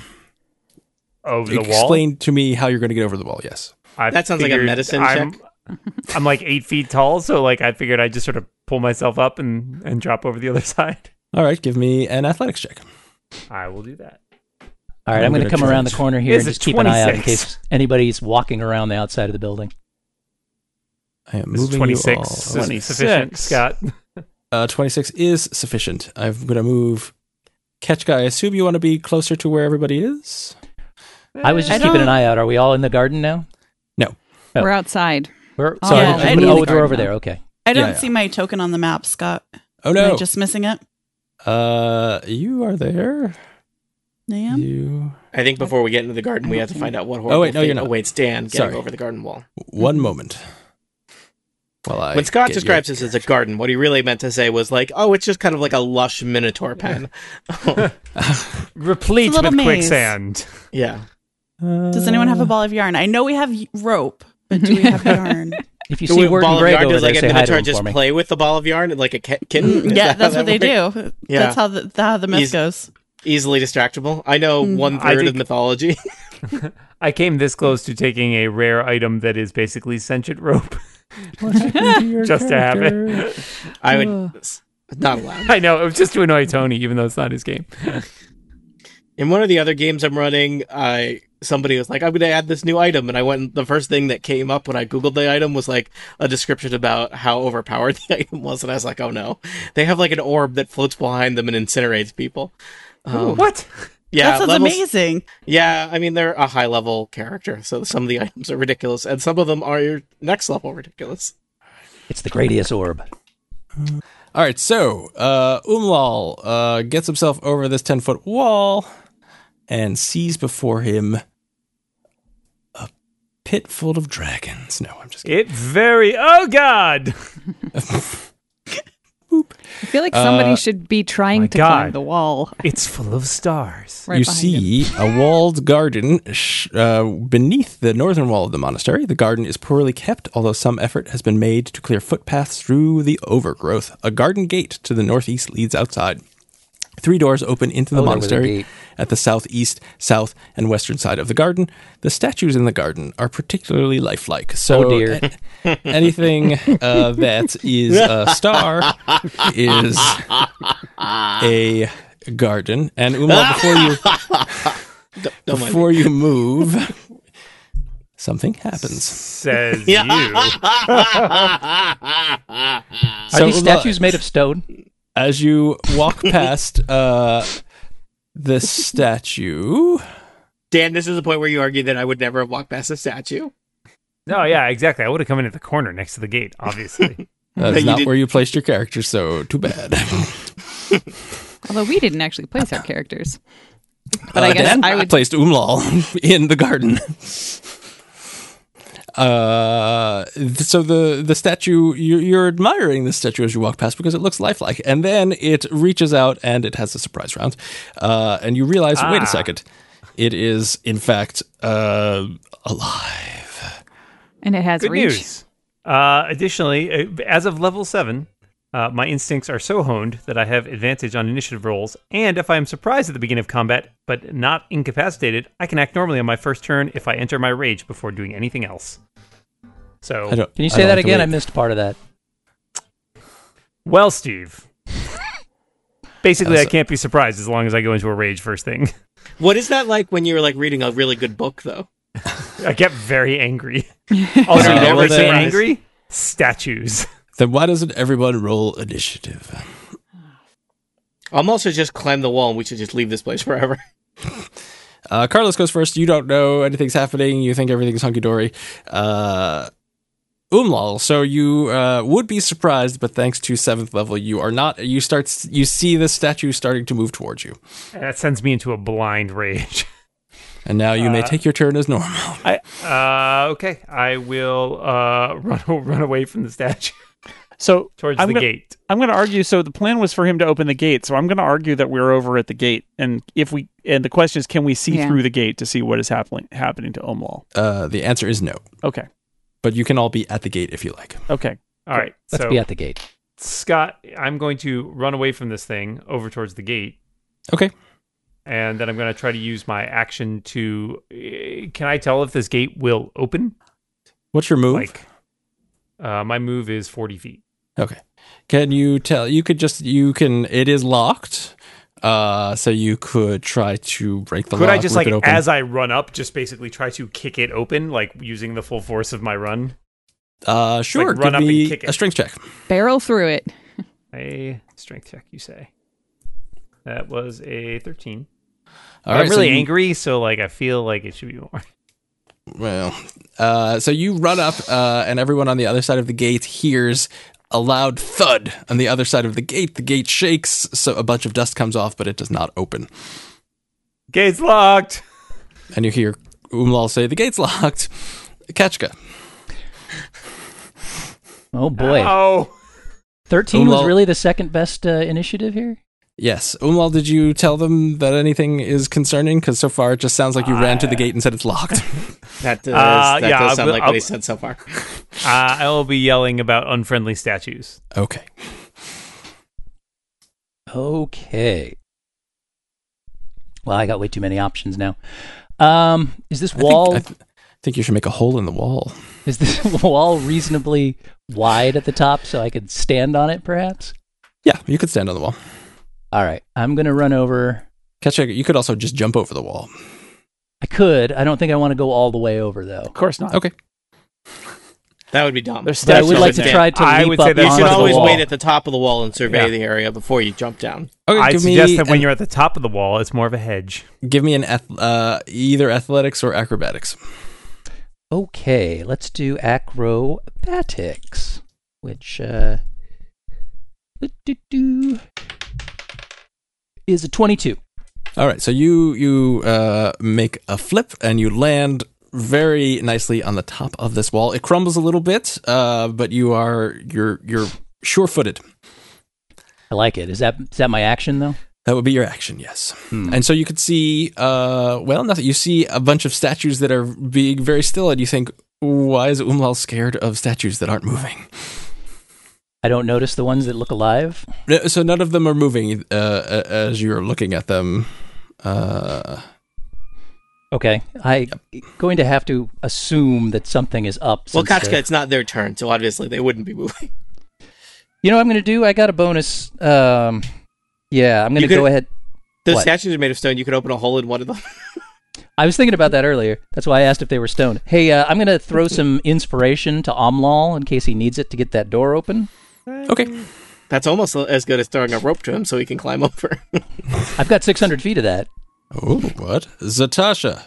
Over the wall.
Explain to me how you're gonna get over the wall. Yes.
I
That sounds like a
figured
medicine
I'm, [laughs] I'm like eight feet tall, so like I figured I'd just sort of pull myself up and and drop over the other [laughs] side.
All right, give me an athletics check.
I will do that.
All right, I'm,
I'm
going to
gonna
come around the
change.
corner here
It's
and
a
just keep an eye out in
26.
case anybody's walking around the outside of the building.
I am
This is
moving
twenty
you all.
six.
Twenty-
Sufficient,
26.
Scott.
Uh, 26 is sufficient. I'm going to move Catch Guy. I assume you want to be closer to where everybody is?
I was
Eh, I
just keeping
don't-
an eye out. Are we all in the garden now?
No.
Oh.
We're outside.
We're,
Oh,
sorry,
yeah,
oh,
I
we're-
need
oh,
the
we're over
garden
there.
now.
Okay.
I don't
yeah.
see my token on the map, Scott.
Oh,
Am
no.
I just missing it?
Uh, you are there.
I am.
You.
I think before we get into the garden, we have to find out what horrible
Oh, wait, no,
fate
you're not.
awaits Dan getting
Sorry.
over the garden wall.
One moment. While I
Mm-hmm. when Scott
get
describes
your-
this as a garden, what he really meant to say was like, "Oh, it's just kind of like a lush minotaur pen."
Replete
It's a
with
little maze.
quicksand.
[laughs] yeah,
Does anyone have a ball of yarn? I know we have y- rope, but do we
[laughs]
have yarn?
If you
Do
see
we-
Word and
ball of
Greg
yarn
over
does
there,
like a
say hi to
minotaur
him
just
for me.
play with the ball of yarn like a ki- kitten? Is
[laughs] Mm, yeah,
that
that's
how
what they
that works?
do.
Yeah.
That's how the, the- how the myth
He's-
goes.
Easily distractible. I know
Hmm.
one
I
third
think-
of mythology. [laughs]
I came this close to taking a rare item that is basically sentient rope. [laughs] just to have it.
I would s- not allowed.
I know, it was just to annoy Tony, even though it's not his game.
In one of the other games I'm running, I somebody was like, "I'm going to add this new item," and I went. and The first thing that came up when I googled the item was like a description about how overpowered [laughs] the item was, and I was like, "Oh no!" They have like an orb that floats behind them and incinerates people.
Oh.
Um,
what?
Yeah,
that sounds
levels-
amazing.
Yeah, I mean they're a high level character, so some of the [laughs] items are ridiculous, and some of them are your next level ridiculous.
It's the Gradius orb.
All right, so uh, Umlal uh, gets himself over this 10 foot wall and sees before him a pit full of dragons. No, I'm just kidding.
It very oh god.
I feel like somebody
Uh,
should be trying
my
to climb
God.
the wall.
It's full of stars.
Right
you
behind him.
see a walled garden sh- uh, beneath the northern wall of the monastery. The garden is poorly kept, although some effort has been made to clear footpaths through the overgrowth. A garden gate to the northeast leads outside. Three doors open into the
Oh, there was a
monastery
gate.
at the southeast, south, and western side of the garden. The statues in the garden are particularly lifelike. So,
Oh, dear.
a- anything uh, that is a star is a garden. And Uma, before you
Ah! [laughs] Don't mind.
before you move, something happens.
[laughs]
Says you.
[laughs]
Are
So,
these
look,
statues made of stone?
As you
[laughs]
walk past uh, the statue,
Dan, this is the point where you argue that I would never have walked past a statue.
No, yeah, exactly. I would have come in at the corner next to the gate, obviously.
that's
you
not
did-
where you placed your character, so too bad.
Although we didn't actually place our characters. But I
Uh,
guess
Dan
I would.
placed Umlal [laughs] in the garden. Uh, th- so the the statue you're, you're admiring the statue as you walk past because it looks lifelike, and then it reaches out and it has a surprise round, uh, and you realize, wait
Ah.
a second, it is in fact uh, alive.
and it has
Good
reach.
news. Uh, additionally, uh, as of level seven, uh, my instincts are so honed that I have advantage on initiative rolls, and if I am surprised at the beginning of combat but not incapacitated, I can act normally on my first turn if I enter my rage before doing anything else.
I
So,
don't.
Can you
I
say
don't
that
have to
again?
wait.
I missed part of that.
well, Steve, Basically,
Uh,
I
so-
can't be surprised as long as I go into a rage first thing. [laughs]
What is that like when you're like reading a really good book though?
I get very angry. Also,
Uh,
you know
well,
what's
then-
angry? Statues.
Then why doesn't everyone roll initiative?
I'm also just climb the wall and we should just leave this place forever. [laughs]
Uh, Carlos goes first. You don't know anything's happening. You think everything's hunky dory. Uh, Umlal. So you uh, would be surprised, but thanks to seventh level, you are not. You start. You see the statue starting to move towards you,
And that sends me into a blind rage.
and now you may
Uh,
take your turn as normal. [laughs]
I uh, okay. I will uh, [laughs] run run away from the statue [laughs]
So
towards
I'm
the
gonna,
gate.
I'm going to argue. So the plan was for him to open the gate. So I'm going to argue that we're over at the gate, and if we and the question is, can we see
Yeah.
through the gate to see what is happening happening to Omlal?
Uh, the answer is no,
Okay,
but you can all be at the gate if you like.
okay.
All right.
Let's
so
be at the gate.
Scott, I'm going to run away from this thing over towards the gate.
Okay.
and then I'm going to try to use my action to. eh, Can I tell if this gate will open?
What's your move?
Like, uh, my move is 40 feet.
Okay. Can you tell? You could just. You can. It is locked. Uh, so you could try to break the
Could
lock.
I just
rip
like
it open.
as I run up, just basically try to kick it open, like using the full force of my run?
uh, sure.
like, run
give
up and
me
kick it.
a strength check.
Barrel through it.
A strength check, you say. That was a 13.
All
I'm
right, so
really
you-
angry, so like I feel like it should be more. [laughs]
Well, uh, so you run up, uh, and everyone on the other side of the gate hears a loud thud on the other side of the gate. The gate shakes, so a bunch of dust comes off, but it does not open.
Gate's locked.
And you hear Umlal say, "The gate's locked." Kachka,
Oh boy,
[laughs] Oh,
thirteen was
Umlaut-
really the second best uh, initiative here.
yes, Umlal, did you tell them that anything is concerning? Because so far it just sounds like you ran to the gate and said it's
[laughs]
locked.
That does,
Uh,
that
yeah,
does sound
I'll-
like what he
I'll-
said so far. [laughs]
uh, I will be yelling about unfriendly statues.
okay,
Okay. Well, I got way too many options now. Um, is this
I think-
wall
I th- think you should make a hole in the wall.
is this [laughs] wall reasonably wide at the top so I could stand on it, perhaps?
Yeah, you could stand on the wall.
All right, I'm gonna run over.
Kachka, you could also just jump over the wall.
I could. I don't think I want to go all the way over though.
Of course not.
Okay.
That would be dumb.
There's
But I would
Statues
like
in
to
there.
try to
I
leap
would
up
say that's
you
onto
should
the
always
wall.
wait at the top of the wall and survey
Yeah.
the area before you jump down.
Okay,
I
give me
suggest that when
an-
you're at the top of the wall, it's more of a hedge.
Give me an ath- uh, either athletics or acrobatics.
Okay, let's do acrobatics, which uh, do-do-do, is a 22.
All right, so you you uh, make a flip and you land very nicely on the top of this wall. It crumbles a little bit, uh, but you are you're you're sure-footed.
I like it. Is that is that my action though?
That would be your action, yes. And so you could see, uh, well, nothing. You see a bunch of statues that are being very still, and you think, why is Umlal scared of statues that aren't moving?
I don't notice the ones that look alive.
No, Uh, So none of them are moving uh, a- as you're looking at them. Uh,
Okay, I going to have to assume that something is up.
Well,
since
Katsuka,
they're-
it's not their turn, so obviously they wouldn't be moving. [laughs]
You know what I'm going to do? I got a bonus. Um, yeah, I'm going
You
to
could-
go ahead.
Those
What?
statues are made of stone. You could open a hole in one of them. [laughs]
I was thinking about that earlier. That's why I asked if they were stoned. Hey, uh, I'm going to throw some inspiration to Omlal in case he needs it to get that door open.
okay.
That's almost as good as throwing a rope to him so he can climb over.
I've got 600 feet of that.
Oh, what? Zatasha.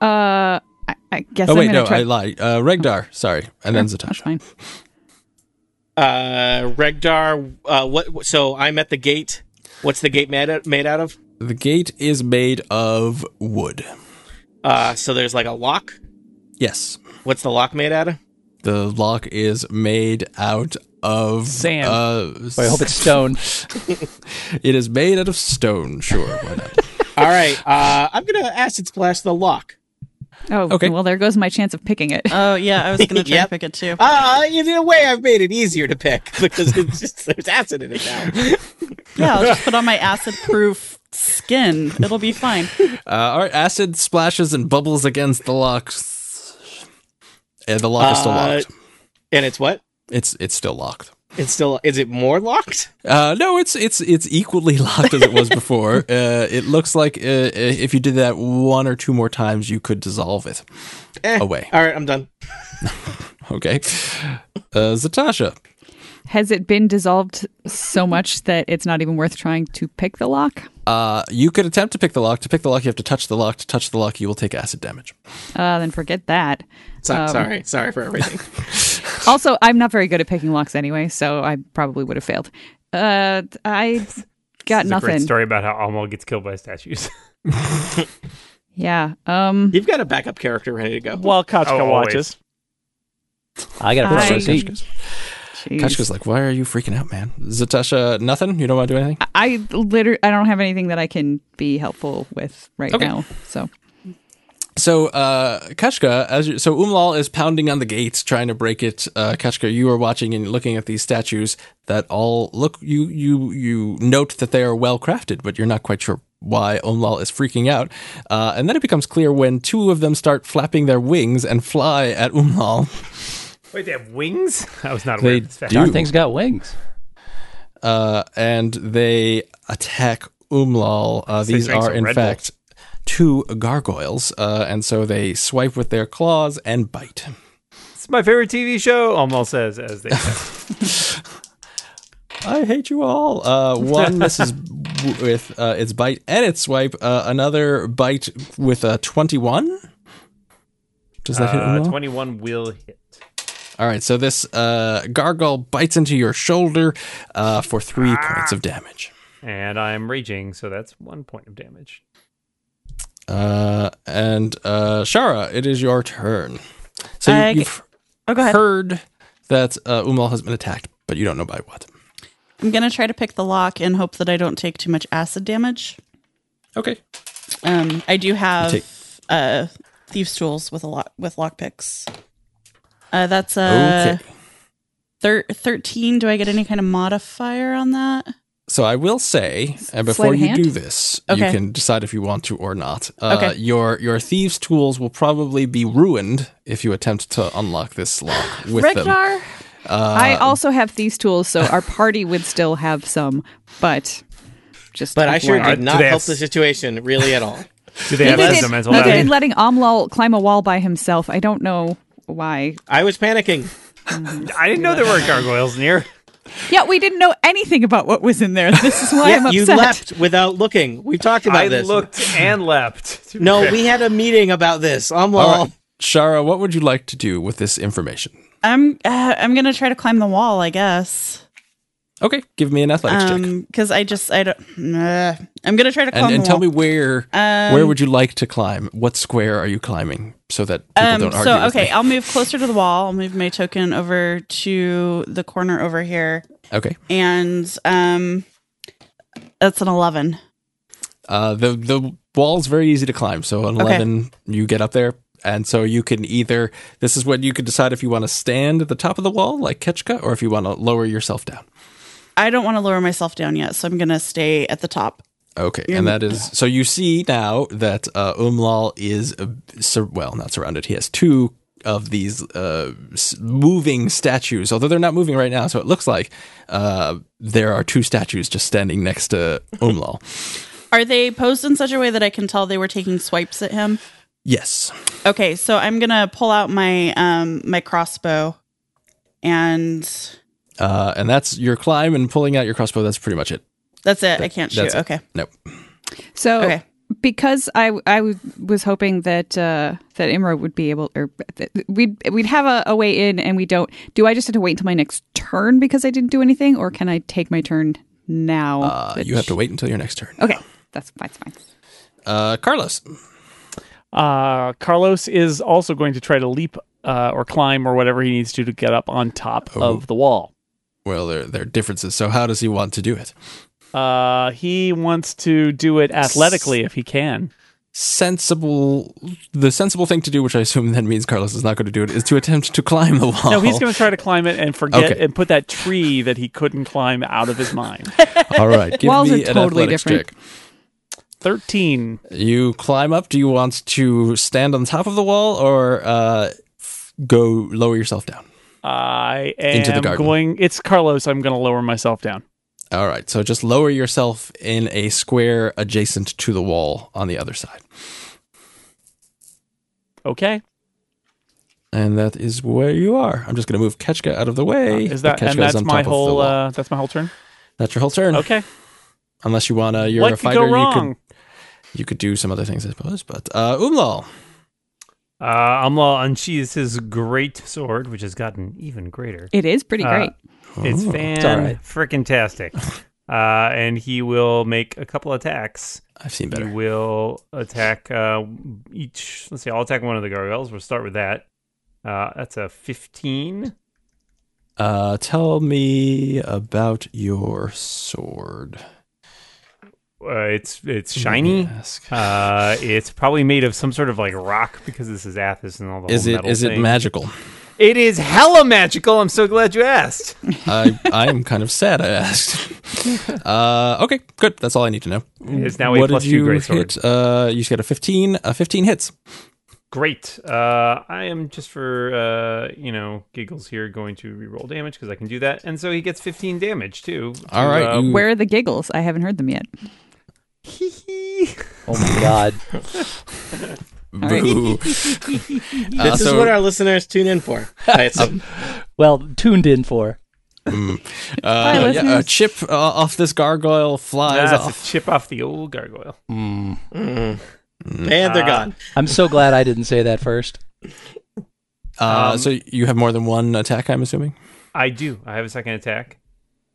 Uh, I, I guess
oh
I'm
wait,
gonna
no,
try. Oh,
I lied. Uh, Regdar, sorry, and then
That's
Zatasha.
fine.
uh, Regdar, uh, what? So I'm at the gate. What's the gate made out, made out of?
The gate is made of wood.
Uh, so there's like a lock.
Yes,
What's the lock made out of?
the lock is made out of
Sand.
Uh,
But I hope it's stoned.
it is made out of stone. Sure, why
[laughs]
not?
All right. Uh, I'm gonna acid splash the lock.
Oh,
Okay.
well, there goes my chance of picking it.
Oh yeah, I was
[laughs]
gonna try
Yep.
to pick it too.
Uh, in a way, I've made it easier to pick [laughs] because it's just there's acid in it now.
Yeah, I'll just put on [laughs] my acid-proof skin. It'll be fine.
Uh, all right, acid splashes and bubbles against the lock. And the lock is still
Uh,
locked.
And it's what?
It's it's still locked.
It's still is it more locked?
Uh, no, it's it's it's equally [laughs] locked as it was before. uh, it looks like uh, if you did that one or two more times, you could dissolve it
Eh,
away.
All right, I'm done.
Okay, uh, Zatasha.
Has it been dissolved so much that it's not even worth trying to pick the lock?
Uh, you could attempt to pick the lock. To pick the lock, you have to touch the lock. To touch the lock, you will take acid damage.
Uh, then forget that.
So,
Um,
sorry, sorry for everything.
Also, I'm not very good at picking locks anyway, so I probably would have failed. Uh, I got
It's a great
nothing.
story about how Amal gets killed by statues. [laughs]
Yeah. Um.
You've got a backup character ready to go.
While Kachka
Oh, always.
watches.
I got
I-
a front row
Sorry,
seat.
jeez.
Kachka's like, why are you freaking out, man? Zatasha, nothing. You don't want to do anything.
I- I literally I don't have anything that I can be helpful with right now. So
So, uh, Kashka, as you, so Umlal is pounding on the gates, trying to break it. Uh, Kashka, you are watching and looking at these statues that all look. You you you note that they are well crafted, but you're not quite sure why Umlal is freaking out. Uh, and then it becomes clear when two of them start flapping their wings and fly at Umlal. [laughs]
Wait, they have wings? I was not aware
They
of this fact.
do.
Darn thing's got wings.
uh, and they attack Umlal. Uh,
They
these
drink
are,
some
in
Red Bull.
fact, two gargoyles, uh, and so they swipe with their claws and bite.
It's my favorite TV show, Amal says
[laughs]
as they
I hate you all. Uh, one misses w- with uh, its bite and its swipe. Uh, another bite with a twenty-one. Does that hit
uh,
Umlal?
21 will hit.
All right, so this uh, gargoyle bites into your shoulder uh, for three points of damage.
And I'm raging, so that's one point
[laughs]
of damage.
Uh, and uh, Shara, it is your turn. So you,
I-
you've
Oh, go ahead.
heard that uh, Umal has been attacked, but you don't know by what.
I'm gonna try to pick the lock and hope that I don't take too much acid damage.
Okay.
Um, I do have
take-
uh thieves tools with a lot with lock picks. Uh, that's uh
Okay.
thir- thirteen. Do I get any kind of modifier on that?
So I will say, and before
sleight of
you
hand?
do this, you
Okay.
can decide if you want to or not. Uh,
Okay.
Your your thieves' tools will probably be ruined if you attempt to unlock this lock with them. Uh,
Regnar.
I also have these tools, so our party would still have some, but just
But I sure
upward.
did
Do
not
they have
help the
s-
situation really at all.
Do they
Even,
have
that's
did,
a mental
even
Okay.
health?
did letting Omlal climb a wall by himself. I don't know why.
I was panicking.
I didn't know
[laughs]
there were gargoyles near.
Yeah, we didn't know anything about what was in there. This is why I'm upset.
you left without looking. We talked about
I
this.
looked and leapt.
No, we had a meeting about this. I'm
All
all.
right, Shara, what would you like to do with this information?
I'm uh, I'm gonna try to climb the wall. I guess.
Okay, give me an athletics check,
Um, because I just I don't. Uh, I'm gonna try to climb
and, and
the
tell
wall.
me where
Um,
where would you like to climb? What square are you climbing so that people
Um,
don't argue?
so
with
okay,
me?
I'll move closer to the wall. I'll move my token over to the corner over here,
okay.
and um, that's an eleven.
Uh, the the wall's very easy to climb. So on
Okay.
eleven, you get up there, and so you can either this is when you can decide if you want to stand at the top of the wall like Ketchka, or if you want to lower yourself down.
I don't want to lower myself down yet, so I'm gonna stay at the top.
Okay, and that is so you see now that uh, Umlal is uh, sur- well not surrounded. He has two of these uh, s- moving statues, although they're not moving right now. So it looks like uh, there are two statues just standing next to Umlal.
Are they posed in such a way that I can tell they were taking swipes at him?
yes.
Okay, so I'm gonna pull out my um my crossbow, and
Uh, and that's your climb and pulling out your crossbow. That's pretty much it.
that's it. I can't shoot.
That's it.
Okay,
Nope.
So
Okay.
because I I w- was hoping that uh, that Imra would be able or that we'd we'd have a, a way in and we don't. Do I just have to wait until my next turn because I didn't do anything, or can I take my turn now?
Uh,
that
you have
sh-
to wait until your next turn.
Okay, that's fine. That's fine.
Uh, Carlos.
Uh, Carlos is also going to try to leap uh, or climb or whatever he needs to to get up on top
Oh.
of the wall.
Well, there, there are differences. So how does he want to do it?
Uh, he wants to do it athletically if he can.
Sensible. The sensible thing to do, which I assume then means Carlos is not going to do it, is to attempt to climb
[laughs]
the wall.
No, he's going to try to climb it and forget
Oh. Okay.
and put that tree that he couldn't climb out
[laughs]
of his mind.
All right. Give
Walls
me
are
an
totally
athletics
different.
check.
13.
You climb up. Do you want to stand on top of the wall or uh, f- go lower yourself down?
I am
Into the garden.
going. It's Carlos. I'm going to lower myself down.
All right, so just lower yourself in a square adjacent to the wall on the other side.
Okay.
And that is where you are. I'm just going to move Ketchka out of the way.
Uh, Is that
But
and
Ketchka is
that's
on
my
top of the
whole
wall.
uh, that's my whole
[sighs]
turn.
that's your whole turn.
Okay.
Unless you want to, you're
what
a
could
fighter.
go wrong?
You could you could do some other things, I suppose. But uh, Umlal,
Uh, Amla unsheathes his great sword, which has gotten even greater.
It is pretty
Uh,
great.
[laughs] It's
Ooh.
fan
all right.
freaking [laughs] tastic. Uh, and he will make a couple attacks.
I've seen
He
better.
will attack uh, each. Let's see. I'll attack one of the gargoyles. We'll start with that. Uh, that's a fifteen.
Uh, tell me about your sword.
Uh, it's it's shiny.
Ask.
Uh, it's probably made of some sort of like rock because this is Athos and all the
is
whole
it
metal
is it
[laughs]
thing.
magical?
It is hella magical. I'm so glad you
[laughs]
asked.
I I am kind of sad. I
[laughs]
asked. Uh, okay, good. That's all I need to know.
It's now a
what
plus
did
two
you
greatsword.
hit? Uh, you just got a fifteen. Uh, fifteen hits.
Great. Uh, I am just for uh, you know giggles here going to reroll damage because I can do that, and so he gets 15 damage too.
All right.
Uh,
you-
Where are the giggles? I haven't heard them yet.
Oh my god.
right.
[laughs]
Boo. Uh,
This is
so-
what our listeners tune in for. It's-
Well, tuned in for.
Uh, yeah, a
listeners.
chip uh, off this gargoyle flies
uh, that's
off.
a chip off the old gargoyle.
and Mm. they're gone.
I'm so glad I didn't say that first.
Uh,
Um,
so you have more than one attack, I'm assuming,
I do. I have a second attack.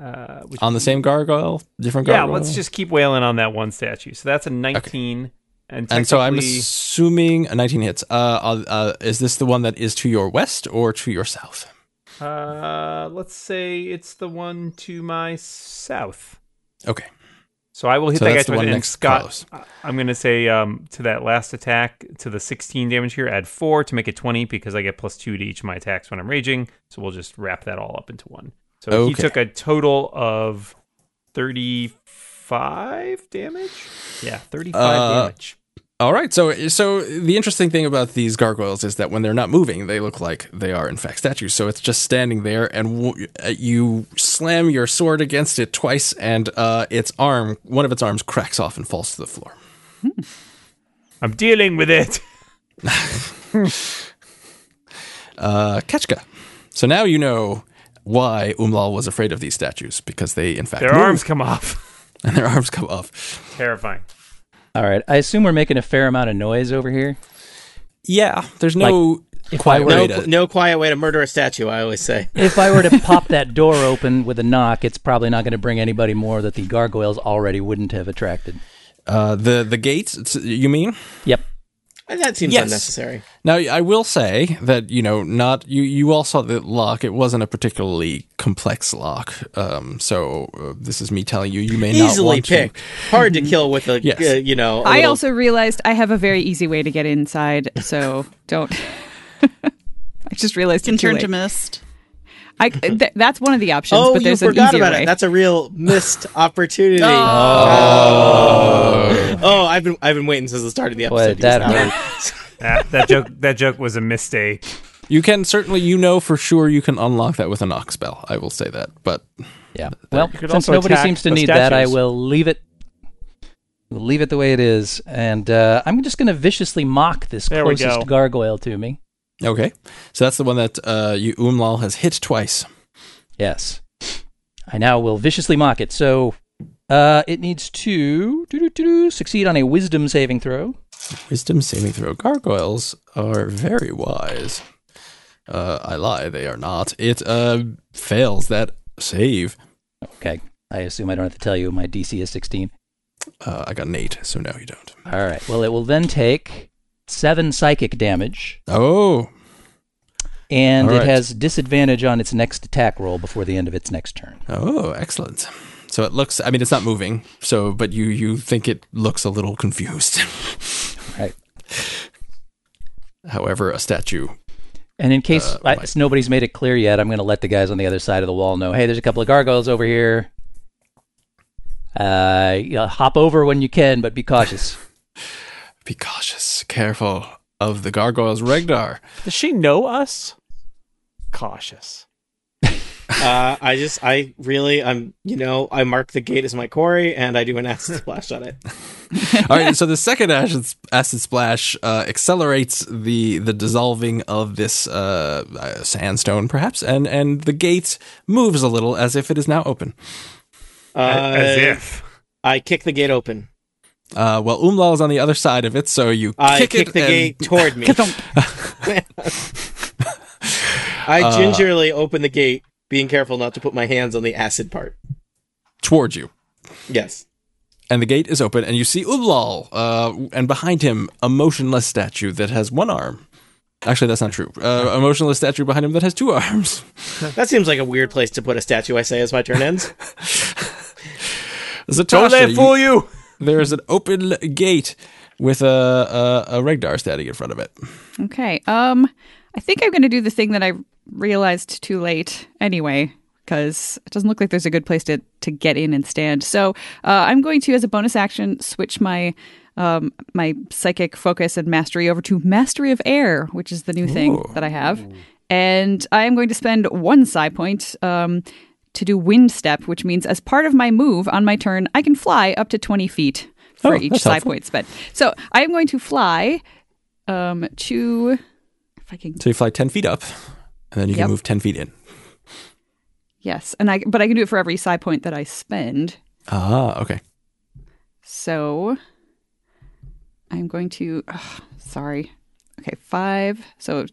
Uh, which,
on the same gargoyle, different
yeah,
gargoyle.
let's just keep wailing on that one statue. So that's a 19, and technically,
And so I'm assuming a 19 hits. Uh, uh, uh, is this the one that is to your west or to your south?
uh, let's say it's the one to my south.
Okay.
So I will hit
So
that guy
that's the
twice.
one
and
next to
Scott,
Carlos.
I- I'm going to say um, to that last attack, to the 16 damage here, add 4 to make it 20 because I get plus 2 to each of my attacks when I'm raging. So we'll just wrap that all up into one. So he
Okay.
took a total of 35 damage? Yeah, 35
Uh,
damage.
All right. So so the interesting thing about these gargoyles is that when they're not moving, they look like they are in fact statues. So it's just standing there, and w- uh, you slam your sword against it twice, and uh, its arm, one of its arms, cracks off and falls to the floor.
I'm dealing with it.
uh, Ketchka. So now you know why Umlal was afraid of these statues because they, in fact,
Their
move,
arms come off.
[laughs]
[laughs]
and their arms come off.
Terrifying.
All right. I assume we're making a fair amount of noise over here.
Yeah, there's no quiet
No,
way to.
no quiet way to murder a statue, I always say.
If I were to pop that door open with a knock, it's probably not going to bring anybody more that the gargoyles already wouldn't have attracted.
Uh, the the gates. it's- You mean?
Yep.
That seems
Yes.
unnecessary.
Now I will say that you know not you you all saw the lock. It wasn't a particularly complex lock. Um, so uh, this is me telling you, you may not
Easily
want to-
picked. Hard to kill with a,
Yes.
uh, you know. a
Mm-hmm. I
little-
also realized I have a very easy way to get inside,
[laughs]
so don't. [laughs] I just realized
Can
it too
turn to
late.
mist.
I, th- that's one of the options,
Oh,
but
you
there's an
forgot
easier
about
way.
it. That's a
[laughs]
real missed opportunity. Oh. I've been I've been waiting since the start of the
Boy,
episode. to
that
use one.
hurt.
That, that joke that joke was a mistake.
You can certainly you know for sure you can unlock that with an ox spell. I will say that, but
Yeah. Well,
You could
since
also
nobody
attack
seems to
the
need that, I
statues.
will leave it. We'll leave it the way it is, and uh, I'm just going to viciously mock this
There we go.
closest gargoyle to me.
Okay. So that's the one that uh, you Umlal has hit twice.
Yes. I now will viciously mock it. So uh, it needs to doo-doo-doo-doo, succeed on a wisdom saving throw.
Wisdom saving throw. Gargoyles are very wise. Uh, I lie, they are not. It uh, fails that save.
Okay. I assume I don't have to tell you my DC is 16.
Uh, I got an eight, so no, you don't.
All right. Well, it will then take seven psychic damage,
Oh,
and
All right.
it has disadvantage on its next attack roll before the end of its next turn.
oh, excellent. So it looks. I mean, it's not moving. So, but you you think it looks a little confused. [laughs]
Right.
However, a statue.
And in case
Uh,
I,
Mike.
nobody's made it clear yet, I'm going to let the guys on the other side of the wall know. Hey, there's a couple of gargoyles over here. Uh, you know, hop over when you can, but be cautious.
Be cautious, careful of the gargoyles, Regdar.
Does she know us? cautious.
Uh, I just, I really, I'm, you know, I mark the gate as my quarry and I do an [laughs] acid splash on it.
All right, so the second acid, acid splash uh, accelerates the the dissolving of this uh, uh, sandstone, perhaps, and and the gate moves a little as if it is now open.
Uh,
as if.
I kick the gate open.
Uh, well, Umlal is on the other side of it, so you
I
kick,
kick,
it
the
and- [laughs]
gate toward me.
Uh,
I gingerly open the gate, being careful not to put my hands on the acid part.
toward you.
Yes.
And the gate is open, and you see Umlal, uh, and behind him a motionless statue that has one arm. Actually, that's not true. Uh, a motionless statue behind him that has two [laughs] arms.
That seems like a weird place to put a statue, I say, as my turn
[laughs]
ends.
Zatasha,
Don't let
you-
it fool you.
there is an open gate with a a, a Regdar standing in front of it.
Okay. Um, I think I'm going to do the thing that I realized too late anyway, because it doesn't look like there's a good place to, to get in and stand. So uh, I'm going to, as a bonus action, switch my um, my psychic focus and mastery over to mastery of air, which is the new thing that I have. And I am going to spend one psi point um, to do wind step, which means as part of my move on my turn, I can fly up to 20 feet for
Oh,
each
that's
psi
helpful.
point spent. So I am going to fly um to if I can
So you fly ten feet up, and then you
Yep.
can move ten feet in.
yes and I but I can do it for every psi point that I spend
Ah, okay.
so I'm going to ugh, sorry okay five so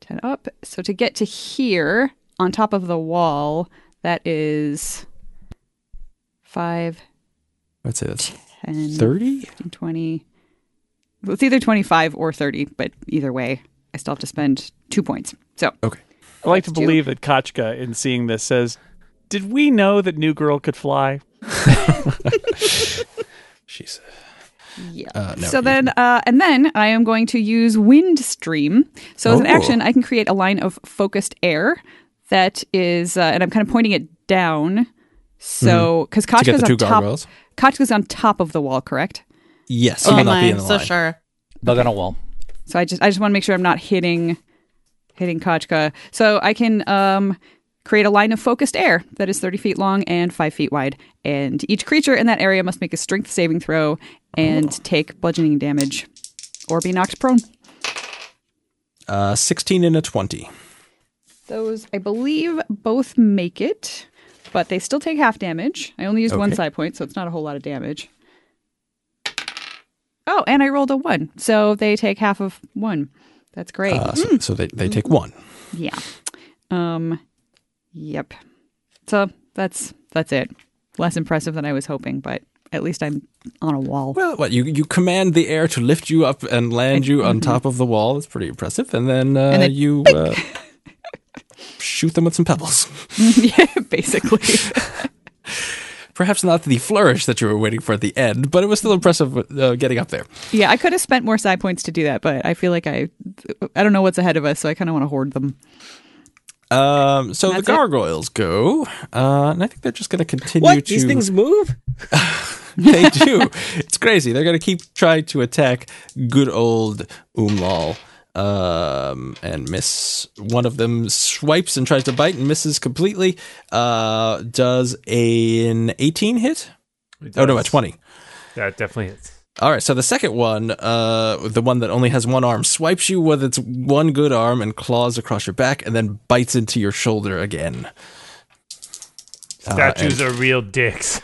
10 up so to get to here on top of the wall that is 5
Let's say that's
10
thirty.
15, 20 well, it's either 25 or 30 but either way I still have to spend 2 points so
Okay.
I like to
That's two.
believe that Kochka, in seeing this, says, "Did we know that New Girl could fly?"
She's
Yeah.
Uh, no,
so
you-
then, uh, and then I am going to use wind stream. So as an
Oh.
action, I can create a line of focused air that is, uh, and I'm kind of pointing it down. So because
Mm-hmm. to get
Kachka's
the two
on top,
gargoyles.
Kachka's on top of the wall, correct?
Yes,
Oh
you will not
my,
be in
I'm
the
so
line.
sure.
Bug on a wall.
So I just, I just want to make sure I'm not hitting, hitting Kachka. So I can um, create a line of focused air that is 30 feet long and five feet wide, and each creature in that area must make a strength saving throw and
Oh.
take bludgeoning damage, or be knocked prone.
Uh, Sixteen and a twenty.
Those, I believe, both make it, but they still take half damage. I only used one
Okay.
side point, so it's not a whole lot of damage. Oh, and I rolled a one, so they take half of one. That's great.
Uh, so, so they they take one.
yeah. Um. Yep. So that's that's it. Less impressive than I was hoping, but at least I'm on a wall.
Well, what you you command the air to lift you up and land you on top of the wall. That's pretty impressive. And then, uh,
Mm-hmm. And then
you
[laughs]
uh, shoot them with some pebbles.
[laughs] yeah, basically.
Perhaps not the flourish that you were waiting for at the end, but it was still impressive uh, getting up there.
yeah, I could have spent more side points to do that, but I feel like I I don't know what's ahead of us, so I kind of want to hoard them.
Um, so the
That's it.
gargoyles go, uh, and I think they're just going to continue
What?
to.
These things move?
[laughs]
[laughs]
they do. It's crazy. They're going to keep trying to attack good old Umlal. Um, and miss one of them swipes and tries to bite and misses completely. Uh, does an 18 hit? Oh, no, a 20.
That definitely hits.
All right, so the second one, uh, the one that only has one arm, swipes you with its one good arm and claws across your back and then bites into your shoulder again.
Statues are real dicks.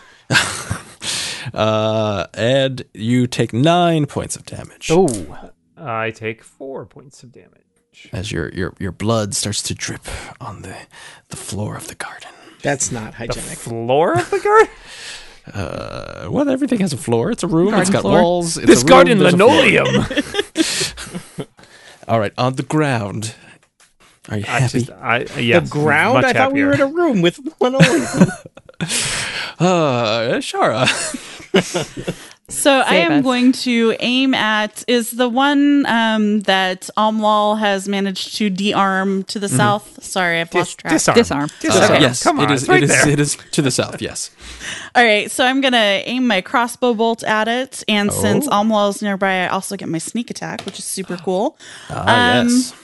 Uh, and you take nine points of damage.
Oh,
I take four points of damage.
as your your your blood starts to drip on the the floor of the garden.
That's not hygienic.
Floor of the garden?
Uh, well, everything has a floor. It's a room. it's
Garden
got
floor.
walls. It's
this
a room,
garden
there's a floor.
linoleum.
All right, on the ground. Are you [laughs]
I
happy?
just, I, yeah,
the ground?
Much
I thought we
happier.
were in a room with
[laughs]
linoleum.
Uh, Shara.
So I
Save
am
us.
going to aim at is the one um, that Omwal has managed to dearm to the
Mm-hmm.
south. Sorry, I've lost track.
disarm.
Disarm.
Uh,
Disarm.
yes,
Come
It
on,
is.
it's right
it is.
there.
It is to the south. Yes.
All right, so I'm gonna aim my crossbow bolt at it, and since
Oh. [gasps]
Omwal is nearby, I also get my sneak attack, which is super cool.
Ah,
Um,
yes.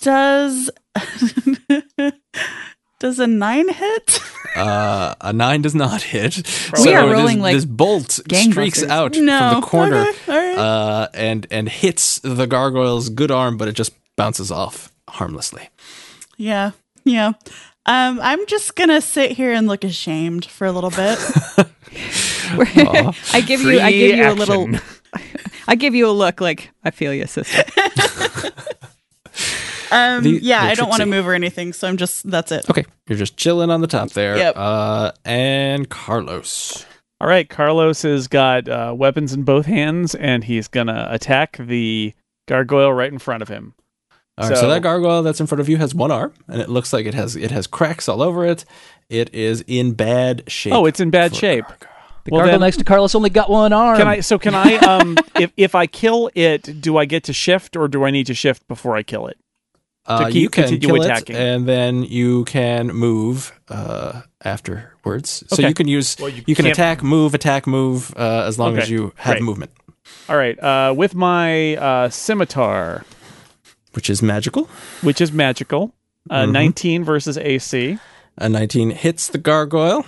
Does [laughs] does a nine hit? [laughs]
Uh, a nine does not hit.
We are
this-
rolling like
this bolt streaks
gangbusters.
out
No.
from the corner
Okay, all right.
uh, and and hits the gargoyle's good arm, but it just bounces off harmlessly.
yeah, yeah. Um, I'm just gonna sit here and look ashamed for a
[laughs]
little bit.
I give you I give
Free
you a little
action. [laughs]
I give you a look like I feel you, sister.
Um,
The- Oh.
yeah,
the
I don't want to
Trixie.
move or anything, so I'm just that's it.
Okay, you're just chilling on the top there.
Yep.
Uh, and Carlos.
All right, Carlos has got uh, weapons in both hands, and he's gonna attack the gargoyle right in front of him.
All right, so,
So-
that gargoyle that's in front of you has one arm, and it looks like it has it has cracks all over it. It is in bad shape.
Oh, it's in bad
for a
shape.
gargoyle.
The
Well,
gargoyle
then-
next to Carlos only got one arm.
Can I? So can I?
[laughs]
Um, if if I kill it, do I get to shift, or do I need to shift before I kill it?
Uh,
keep-
you can
continue
kill
attacking.
it, and then you can move uh, afterwards. So
Okay.
you can use
Well, you
you, can
can't-
attack, move, attack, move uh, as long
Okay,
as you have
great.
movement,
All right, uh, with my uh, scimitar,
which is magical.
which is magical, uh,
Mhm.
19 versus AC.
A nineteen hits the gargoyle.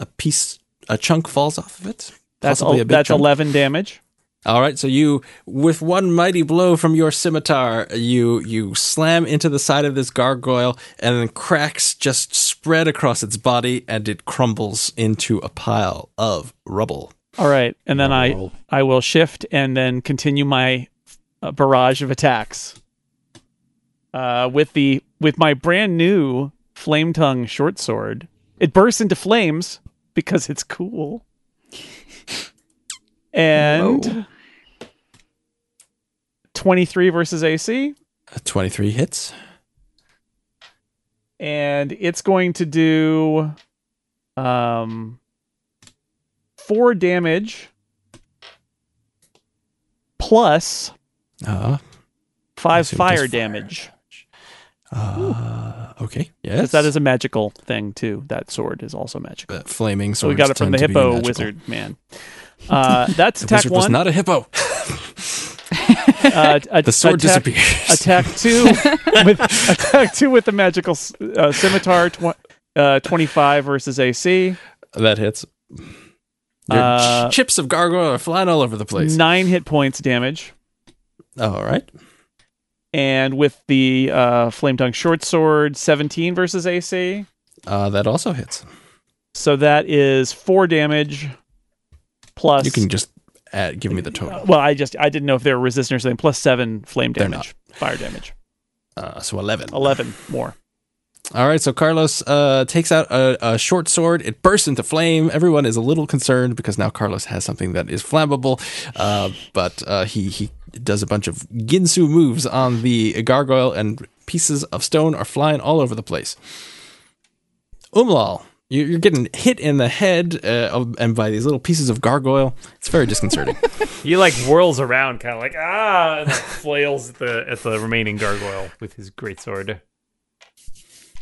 A piece, a chunk falls off of it.
That's
possibly
el-
a big
that's
chunk.
11 damage.
All right, so you, with one mighty blow from your scimitar, you you slam into the side of this gargoyle, and then cracks just spread across its body, and it crumbles into a pile of rubble.
All right, and then I
Roll.
I will shift and then continue my uh, barrage of attacks uh, with the with my brand new flame tongue short sword. It bursts into flames because it's cool. And
Whoa.
23 versus AC
A Twenty-three hits.
and it's going to do um 4 damage plus
Uh,
5
So it does
fire
fire.
damage.
Uh, okay. Yes.
Because that is a magical thing too. That sword is also magical.
uh, flaming
So
sword.
we got it from the hippo wizard man. Uh, that's
[laughs] The
attack
wizard was
one.
not a hippo. [laughs]
uh, a-
The sword
attack,
disappears.
Attack two with attack two with the magical s- uh, scimitar. Tw- uh, twenty five versus AC.
[laughs] that hits. Your
Uh,
ch- chips of gargoyle are flying all over the place.
Nine hit points damage.
all right.
And with the uh, flame tongue short sword, seventeen versus AC.
Uh, that also hits.
So that is four damage. Plus,
You can just add, give me the total.
well, I just I didn't know if they were resistant or something. Plus seven flame
They're
damage, fire damage.
Uh, so 11.
11 more.
All right. So Carlos uh, takes out a, a short sword. It bursts into flame. Everyone is a little concerned because now Carlos has something that is flammable. Uh, but uh, he, he does a bunch of Ginsu moves on the gargoyle, and pieces of stone are flying all over the place. Umlal, you- you're getting hit in the head uh, of- and by these little pieces of gargoyle. It's very disconcerting.
He like whirls around, kind of like ah, and [laughs] flails at the at the remaining gargoyle with his great sword.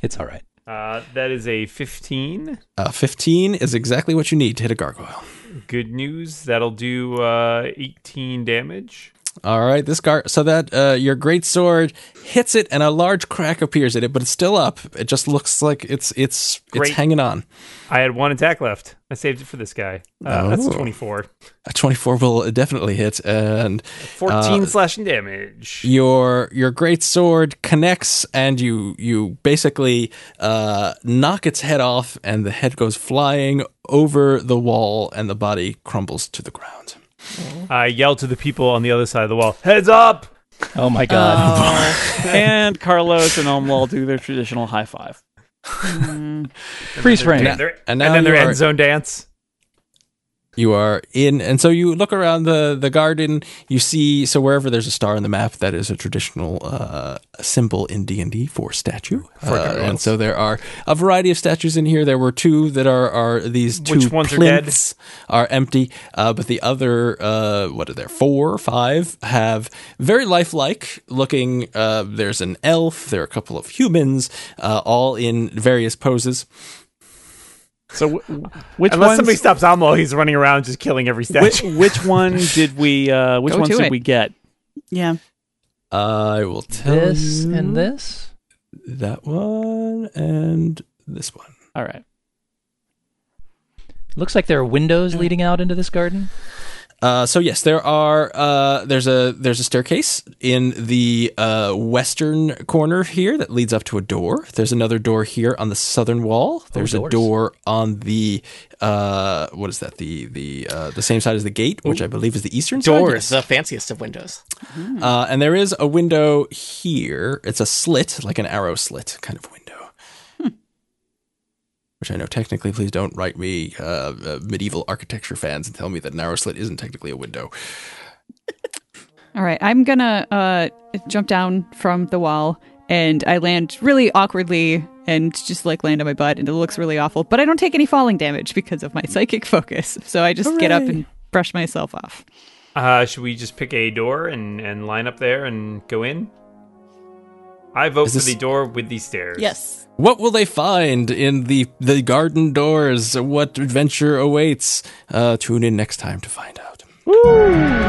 It's all right.
Uh, that is a fifteen.
uh, 15 is exactly what you need to hit a gargoyle.
Good news. That'll do uh, eighteen damage.
All right, this gar so that uh, your great sword hits it, and a large crack appears in it, but it's still up. It just looks like it's it's
Great.
it's hanging on.
I had one attack left. I saved it for this guy. Uh, That's
Oh.
twenty-four.
A twenty-four will definitely hit, and
Fourteen
Uh,
slashing damage.
your your great sword connects, and you you basically uh, knock its head off, and the head goes flying over the wall, and the body crumbles to the ground.
I yell to the people on the other side of the wall. Heads up!
Oh my god.
and Carlos and Omlal do their traditional high five.
Freeze frame.
Yeah.
Their-
And
and,
now
then their
you are-
end zone dance.
you are in and so you look around the the garden you see so wherever there's a star on the map that is a traditional uh symbol in d&d for statue Uh, and so there are a variety of statues in here there were two that are are these two
Which ones are dead?
plinths are empty uh but the other uh what are there four or five have very lifelike looking uh there's an elf there are a couple of humans uh all in various poses
So, wh- which
Unless
ones,
somebody stops Amlo, he's running around just killing every
which,
statue.
which one did we? Uh, which
Go
ones
to
did
it.
we get?
Yeah.
I will tell
this
you
and this.
that one and this one.
All right. Looks like there are windows leading out into this garden.
Uh, so yes, there are. Uh, there's a there's a staircase in the uh, western corner here that leads up to a door. There's another door here on the southern wall.
Oh,
There's a
doors.
door on the uh, what is that? The the uh, the same side as the gate, which I believe is the eastern side.
Doors,
Yes.
the fanciest of windows.
Uh, and there is a window here. It's a slit, like an arrow slit kind of window. Which I know technically, please don't write me, uh, uh, medieval architecture fans, and tell me that an arrow slit isn't technically a window.
All right, I'm gonna uh, jump down from the wall, and I land really awkwardly and just like land on my butt, and it looks really awful. But I don't take any falling damage because of my psychic focus, so I just get up
Hooray.
and brush myself off.
Uh, should we just pick a door and, and line up there and go in? I vote
Is
for
this-
the door with the stairs.
Yes.
What will they find in the the garden doors? What adventure awaits? Uh, tune in next time to find out.
Woo!